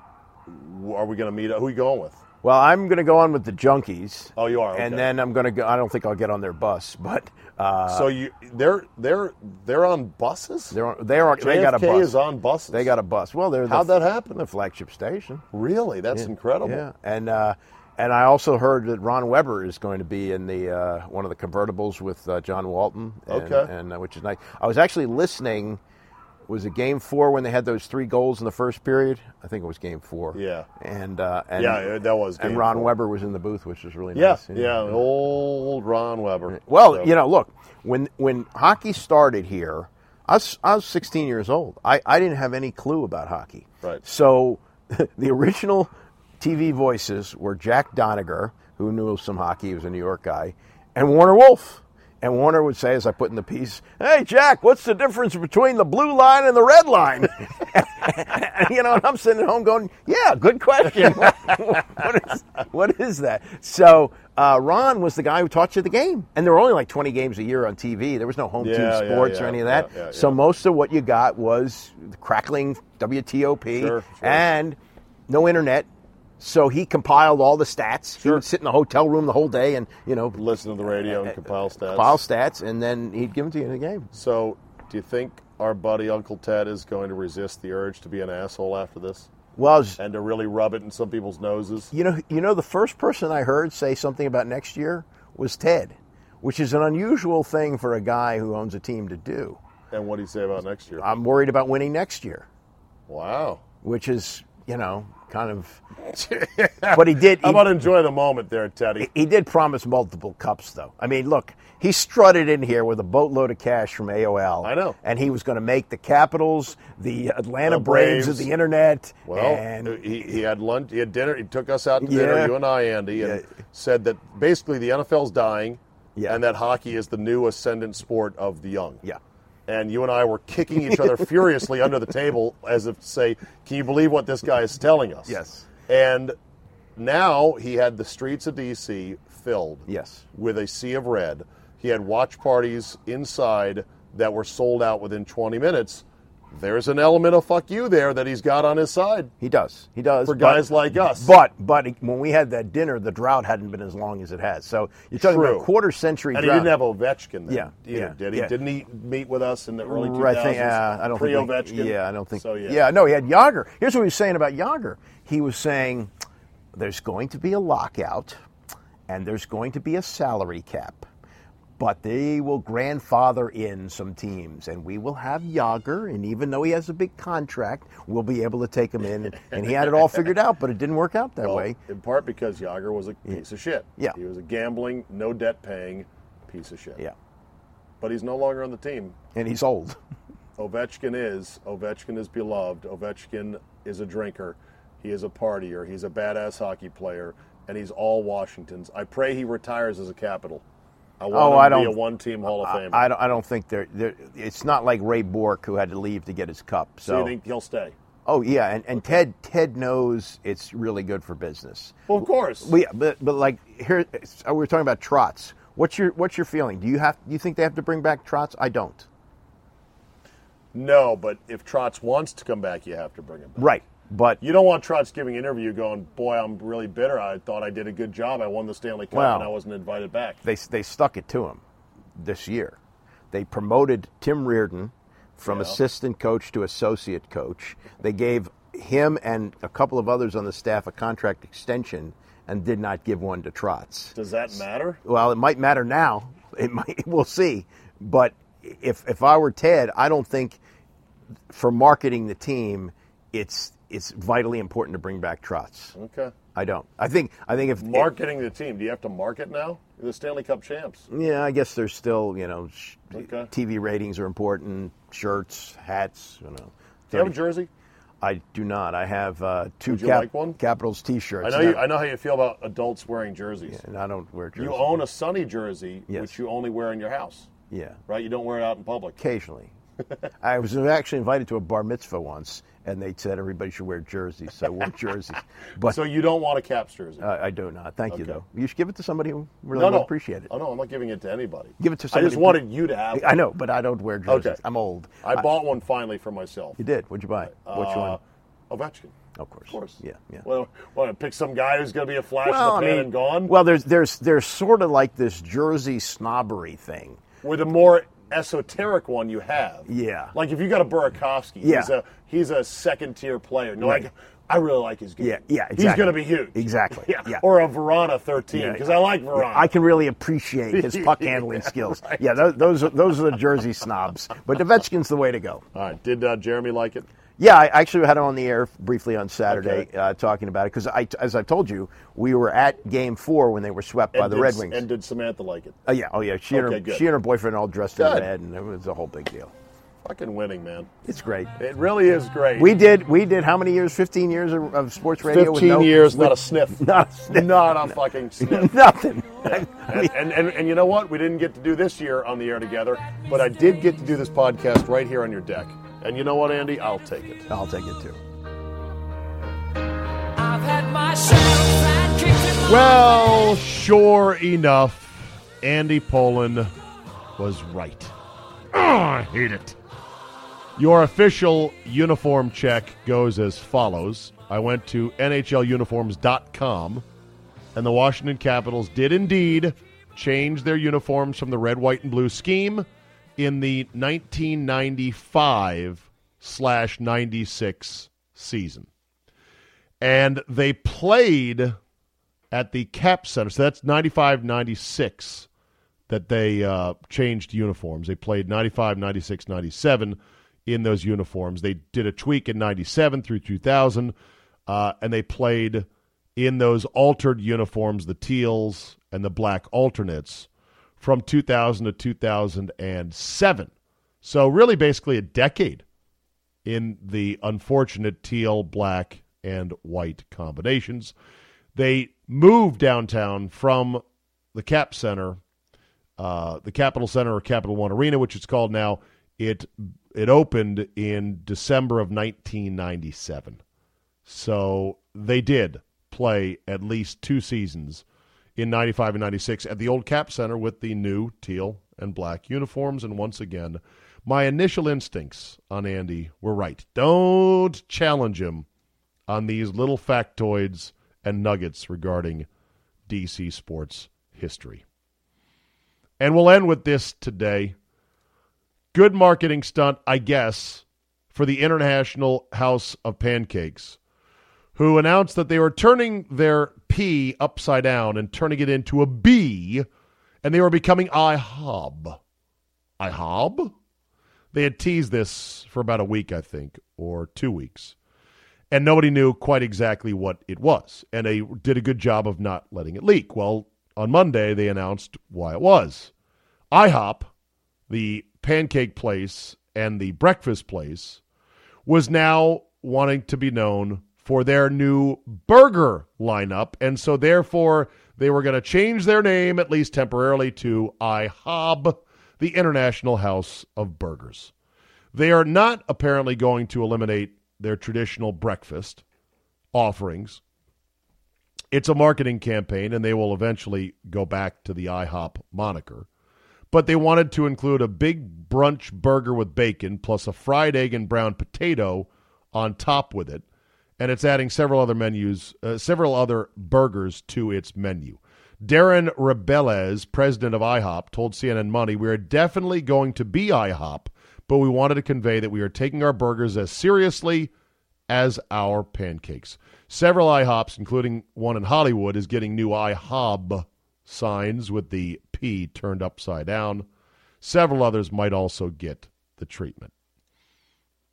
Speaker 2: w- are we going to meet? Who are you going with?
Speaker 6: Well, I'm going to go on with the junkies.
Speaker 2: Oh, you are, okay.
Speaker 6: And then I'm going to go. I don't think I'll get on their bus, but uh,
Speaker 2: so you they're they're they're on buses.
Speaker 6: they're on, they are they got a
Speaker 2: JFK
Speaker 6: bus.
Speaker 2: is on buses.
Speaker 6: They got a bus. Well, they're the-
Speaker 2: How'd that happen?
Speaker 6: The flagship station.
Speaker 2: really. That's incredible.
Speaker 6: Yeah, and uh, and I also heard that Ron Weber is going to be in the uh, one of the convertibles with uh, John Walton. And,
Speaker 2: Okay.
Speaker 6: and uh, which is nice. I was actually listening. Was it Game Four when they had those three goals in the first period? I think it was Game Four.
Speaker 2: Yeah.
Speaker 6: and uh, and
Speaker 2: Yeah, that was
Speaker 6: And
Speaker 2: Game
Speaker 6: Ron
Speaker 2: Four.
Speaker 6: Weber was in the booth, which was really
Speaker 2: Yeah,
Speaker 6: nice.
Speaker 2: yeah, old Ron Weber.
Speaker 6: Well,
Speaker 2: So-
Speaker 6: you know, look, when when hockey started here, I was, I was 16 years old. I, I didn't have any clue about hockey.
Speaker 2: Right.
Speaker 6: So the original TV voices were Jack Doniger, who knew some hockey, he was a New York guy, and Warner Wolf. And Warner would say, as I put in the piece, "Hey Jack, what's the difference between the blue line and the red line?" and, you know, and I'm sitting at home going, "Yeah, good question. what, is, what is that?" So uh, Ron was the guy who taught you the game, and there were only like 20 games a year on TV. There was no home
Speaker 2: Yeah,
Speaker 6: team
Speaker 2: yeah,
Speaker 6: sports or
Speaker 2: yeah,
Speaker 6: any of that.
Speaker 2: yeah, yeah,
Speaker 6: so
Speaker 2: yeah.
Speaker 6: most of what you got was crackling WTOP
Speaker 2: Sure, sure.
Speaker 6: and no internet. So he compiled all the stats. He
Speaker 2: Sure.
Speaker 6: would sit in the hotel room the whole day and you know
Speaker 2: listen to the radio and compile stats.
Speaker 6: compile stats, and then he'd give them to you in the game.
Speaker 2: So, do you think our buddy Uncle Ted is going to resist the urge to be an asshole after this
Speaker 6: Well, I was-
Speaker 2: and to really rub it in some people's noses?
Speaker 6: you know, you know, the first person I heard say something about next year was Ted, which is an unusual thing for a guy who owns a team to do.
Speaker 2: And what do you say about next year?
Speaker 6: I'm worried about winning next year,
Speaker 2: wow.
Speaker 6: which is you know kind of. But he did.
Speaker 2: How
Speaker 6: he-
Speaker 2: about enjoy the moment there, Teddy?
Speaker 6: He did promise multiple cups, though. I mean, look, he strutted in here with a boatload of cash from AOL.
Speaker 2: I know.
Speaker 6: and he was going to make the Capitals, the Atlanta
Speaker 2: The
Speaker 6: Braves,
Speaker 2: Braves.
Speaker 6: of the internet.
Speaker 2: Well, uh,
Speaker 6: and
Speaker 2: he, he had lunch, he had dinner, he took us out to dinner,
Speaker 6: Yeah.
Speaker 2: you and I, Andy, and
Speaker 6: Yeah.
Speaker 2: said that basically the NFL's dying
Speaker 6: Yeah.
Speaker 2: and that hockey is the new ascendant sport of the young.
Speaker 6: Yeah.
Speaker 2: And you and I were kicking each other furiously under the table as if to say, can you believe what this guy is telling us?
Speaker 6: Yes.
Speaker 2: And now he had the streets of D.C. filled
Speaker 6: Yes.
Speaker 2: with a sea of red. He had watch parties inside that were sold out within 20 minutes. There's an element of fuck you there that he's got on his side
Speaker 6: he does. He does
Speaker 2: for
Speaker 6: but-
Speaker 2: guys like us.
Speaker 6: But but when we had that dinner, the drought hadn't been as long as it has. So you're talking about
Speaker 2: True.
Speaker 6: a quarter century
Speaker 2: and he
Speaker 6: drought.
Speaker 2: didn't have Ovechkin then,
Speaker 6: Yeah,
Speaker 2: either,
Speaker 6: yeah,
Speaker 2: did he?
Speaker 6: yeah.
Speaker 2: Didn't he meet with us in the early 2000s?
Speaker 6: Right, I think, uh, I don't
Speaker 2: pre
Speaker 6: think.
Speaker 2: Ovechkin.
Speaker 6: Yeah, I don't think.
Speaker 2: so. Yeah.
Speaker 6: no, he had Yager. Here's what he was saying about Yager. He was saying there's going to be a lockout, and there's going to be a salary cap, but they will grandfather in some teams, and we will have Yager. And even though he has a big contract, we'll be able to take him in. And, and he had it all figured out, but it didn't work out that
Speaker 7: Well,
Speaker 6: way.
Speaker 7: In part because Yager was a piece of shit.
Speaker 6: Yeah.
Speaker 7: He was a gambling, no debt paying piece of shit.
Speaker 6: Yeah,
Speaker 7: But he's no longer on the team.
Speaker 6: and he's old.
Speaker 7: Ovechkin is. Ovechkin is beloved. Ovechkin is a drinker. He is a partier. He's a badass hockey player. And he's all Washington's. I pray he retires as a capital. I want
Speaker 6: Oh,
Speaker 7: him
Speaker 6: I
Speaker 7: to be
Speaker 6: don't-
Speaker 7: a one team Hall of Famer.
Speaker 6: I, I don't. I don't think they're, they're. It's not like Ray Bork who had to leave to get his cup.
Speaker 7: so
Speaker 6: So.
Speaker 7: you think he'll stay?
Speaker 6: oh yeah, and, and Ted Ted knows it's really good for business.
Speaker 7: Well, of course.
Speaker 6: Well, yeah, but but like here, we were talking about Trots. What's your what's your feeling? Do you have do you think they have to bring back Trots? I don't.
Speaker 7: no, but if Trotz wants to come back, you have to bring him back.
Speaker 6: Right, but
Speaker 7: You don't want Trotz giving an interview going, boy, I'm really bitter. I thought I did a good job. I won the Stanley Cup
Speaker 6: Well-
Speaker 7: and I wasn't invited back.
Speaker 6: they they stuck it to him this year. They promoted Tim Reardon from assistant coach to associate coach. They gave him and a couple of others on the staff a contract extension and did not give one to Trots.
Speaker 7: Does that matter?
Speaker 6: Well, it might matter now. It might. We'll see. But if if I were Ted, I don't think for marketing the team, it's it's vitally important to bring back Trotz.
Speaker 7: Okay.
Speaker 6: I don't. I think I think if
Speaker 7: Marketing the team. Do you have to market now? You're the Stanley Cup champs.
Speaker 6: yeah, I guess there's still you know sh-
Speaker 7: Okay.
Speaker 6: TV ratings are important. Shirts, hats, you know.
Speaker 7: Do you have a jersey?
Speaker 6: I do not. I have uh, two
Speaker 7: Would you like one?
Speaker 6: Capitals T-shirts.
Speaker 7: I know,
Speaker 6: and
Speaker 7: you, I know how you feel about adults wearing jerseys.
Speaker 6: and I don't wear jerseys.
Speaker 7: You own a sunny jersey,
Speaker 6: Yes.
Speaker 7: which you only wear in your house,
Speaker 6: yeah.
Speaker 7: right? You don't wear it out in public.
Speaker 6: Occasionally. I was actually invited to a bar mitzvah once, and they said everybody should wear jerseys, so I wore jerseys. But uh,
Speaker 7: So you don't want a Caps jersey.
Speaker 6: I, I do not. Thank you,
Speaker 7: Okay.
Speaker 6: though. You should give it to somebody who really
Speaker 7: no,
Speaker 6: would
Speaker 7: no.
Speaker 6: appreciate it.
Speaker 7: Oh no, I'm not giving it to anybody.
Speaker 6: Give it to
Speaker 7: I
Speaker 6: somebody
Speaker 7: just
Speaker 6: who-
Speaker 7: wanted you to have.
Speaker 6: I know, but I don't wear jerseys.
Speaker 7: Okay.
Speaker 6: I'm old.
Speaker 7: I, bought one finally for myself. Uh,
Speaker 6: You did. What'd you buy? Which one?
Speaker 7: Ovechkin.
Speaker 6: Of course.
Speaker 7: Of course.
Speaker 6: Yeah, yeah.
Speaker 7: Well, well, pick some guy who's going to be a flash in the pan and gone.
Speaker 6: well, there's there's there's sort of like this jersey snobbery thing.
Speaker 7: with a more esoteric one you have.
Speaker 6: Yeah.
Speaker 7: Like if you got a Burakovsky,
Speaker 6: Yeah.
Speaker 7: he's a he's a second tier player. No, like I really like his game.
Speaker 6: Yeah, yeah,
Speaker 7: He's
Speaker 6: exactly.
Speaker 7: going to be huge.
Speaker 6: Exactly,
Speaker 7: Yeah.
Speaker 6: yeah.
Speaker 7: Or a Verona 13
Speaker 6: Yeah.
Speaker 7: because I like Verona.
Speaker 6: I can really appreciate his puck handling skills. Yeah, those those are, those are the jersey snobs. But Ovechkin's the way to go.
Speaker 7: All right. Did uh, Jeremy like it?
Speaker 6: Yeah, I actually had him on the air briefly on Saturday
Speaker 7: Okay.
Speaker 6: uh, talking about it because, I, as I told you, we were at Game Four when they were swept by
Speaker 7: And
Speaker 6: the
Speaker 7: did-
Speaker 6: Red Wings.
Speaker 7: And did Samantha like it?
Speaker 6: Oh yeah, oh yeah. She and
Speaker 7: Okay,
Speaker 6: her
Speaker 7: good.
Speaker 6: she and her boyfriend all dressed
Speaker 7: Good.
Speaker 6: in red, and it was a whole big deal.
Speaker 7: Fucking winning, man.
Speaker 6: It's great.
Speaker 7: It really is great.
Speaker 6: We did we did how many years? Fifteen years of, of sports radio. with
Speaker 7: 15
Speaker 6: no-
Speaker 7: years,
Speaker 6: with
Speaker 7: not a sniff.
Speaker 6: Not a sniff.
Speaker 7: Not a fucking sniff.
Speaker 6: nothing.
Speaker 7: and, and, and, and you know what? We didn't get to do this year on the air together, but I did get to do this podcast right here on your deck. And you know what, Andy? I'll take it.
Speaker 6: I'll take it too.
Speaker 4: I've had my shadows and kicked in my
Speaker 2: Well, sure enough, Andy Poland was right. Oh, I hate it. Your official uniform check goes as follows. I went to NHLuniforms.com, and the Washington Capitals did indeed change their uniforms from the red, white, and blue scheme in the 1995 slash 96 season. And they played at the Cap Center. So that's 95 96 that they uh, changed uniforms. They played 95, 96, 97 in those uniforms. They did a tweak in 97 through 2000, uh, and they played in those altered uniforms, the teals and the black alternates, from 2000 to 2007. So, really, basically a decade in the unfortunate teal, black, and white combinations. They moved downtown from the Cap Center, uh, the Capital Center or Capital One Arena, which it's called now. It it opened in December of 1997, so they did play at least two seasons in 95 and 96 at the old Cap Center with the new teal and black uniforms. And once again, my initial instincts on Andy were right. Don't challenge him on these little factoids and nuggets regarding DC sports history. And we'll end with this today. Good marketing stunt, I guess, for the International House of Pancakes, who announced that they were turning their P upside down and turning it into a B and they were becoming IHOB. IHOB? They had teased this for about a week, I think, or two weeks, and nobody knew quite exactly what it was. And they did a good job of not letting it leak. Well, on Monday, they announced why it was. IHOP, the pancake place and the breakfast place, was now wanting to be known for their new burger lineup. And so, therefore, they were going to change their name, at least temporarily, to IHOB, the International House of Burgers. They are not apparently going to eliminate their traditional breakfast offerings. It's a marketing campaign, and they will eventually go back to the IHOP moniker. But they wanted to include a big brunch burger with bacon plus a fried egg and brown potato on top with it. And it's adding several other menus, uh, several other burgers to its menu. Darren Rebeles, president of IHOP, told CNN Money, We are definitely going to be IHOP, but we wanted to convey that we are taking our burgers as seriously as our pancakes. Several IHOPs, including one in Hollywood, is getting new IHOB signs with the P turned upside down. Several others might also get the treatment.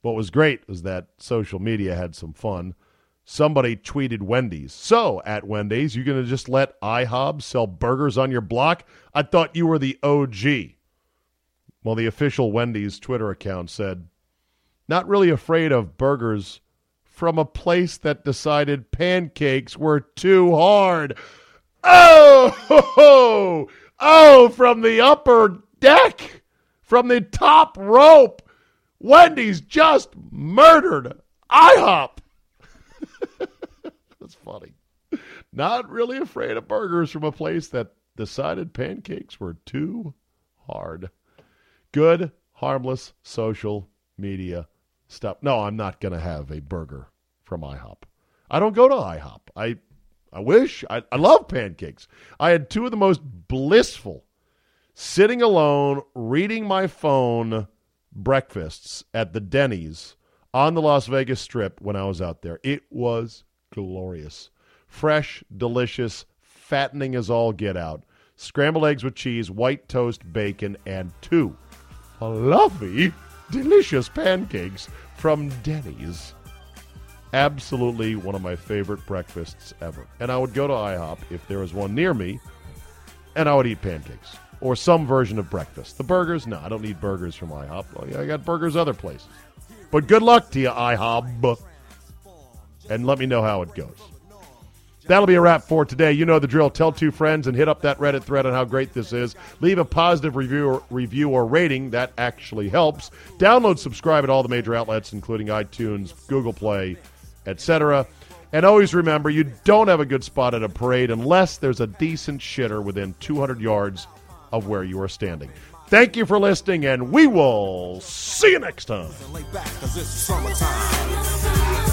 Speaker 2: What was great was that social media had some fun. Somebody tweeted Wendy's. So, at Wendy's, you're going to just let IHOB sell burgers on your block? I thought you were the OG. Well, the official Wendy's Twitter account said, Not really afraid of burgers from a place that decided pancakes were too hard. Oh, ho, ho. oh, from the upper deck, from the top rope. Wendy's just murdered IHOP. That's funny. Not really afraid of burgers from a place that decided pancakes were too hard. Good, harmless social media stuff. No, I'm not going to have a burger from IHOP. I don't go to IHOP. I I wish I, I love pancakes. I had two of the most blissful sitting alone reading my phone breakfasts at the Denny's on the Las Vegas Strip when I was out there. It was glorious. Fresh, delicious, fattening as all get out. Scrambled eggs with cheese, white toast, bacon, and two fluffy, delicious pancakes from Denny's. Absolutely one of my favorite breakfasts ever. And I would go to IHOP if there was one near me, and I would eat pancakes or some version of breakfast. The burgers, no, I don't need burgers from IHOP. Well, yeah, I got burgers other places. But good luck to you, IHOP. And let me know how it goes. That'll be a wrap for today. You know the drill. Tell two friends and hit up that Reddit thread on how great this is. Leave a positive review or, review or rating. That actually helps. Download, subscribe at all the major outlets, including iTunes, Google Play, etc. And always remember, you don't have a good spot at a parade unless there's a decent shitter within 200 yards of where you are standing. Thank you for listening, and we will see you next time.
Speaker 8: Lay back, 'cause it's summertime.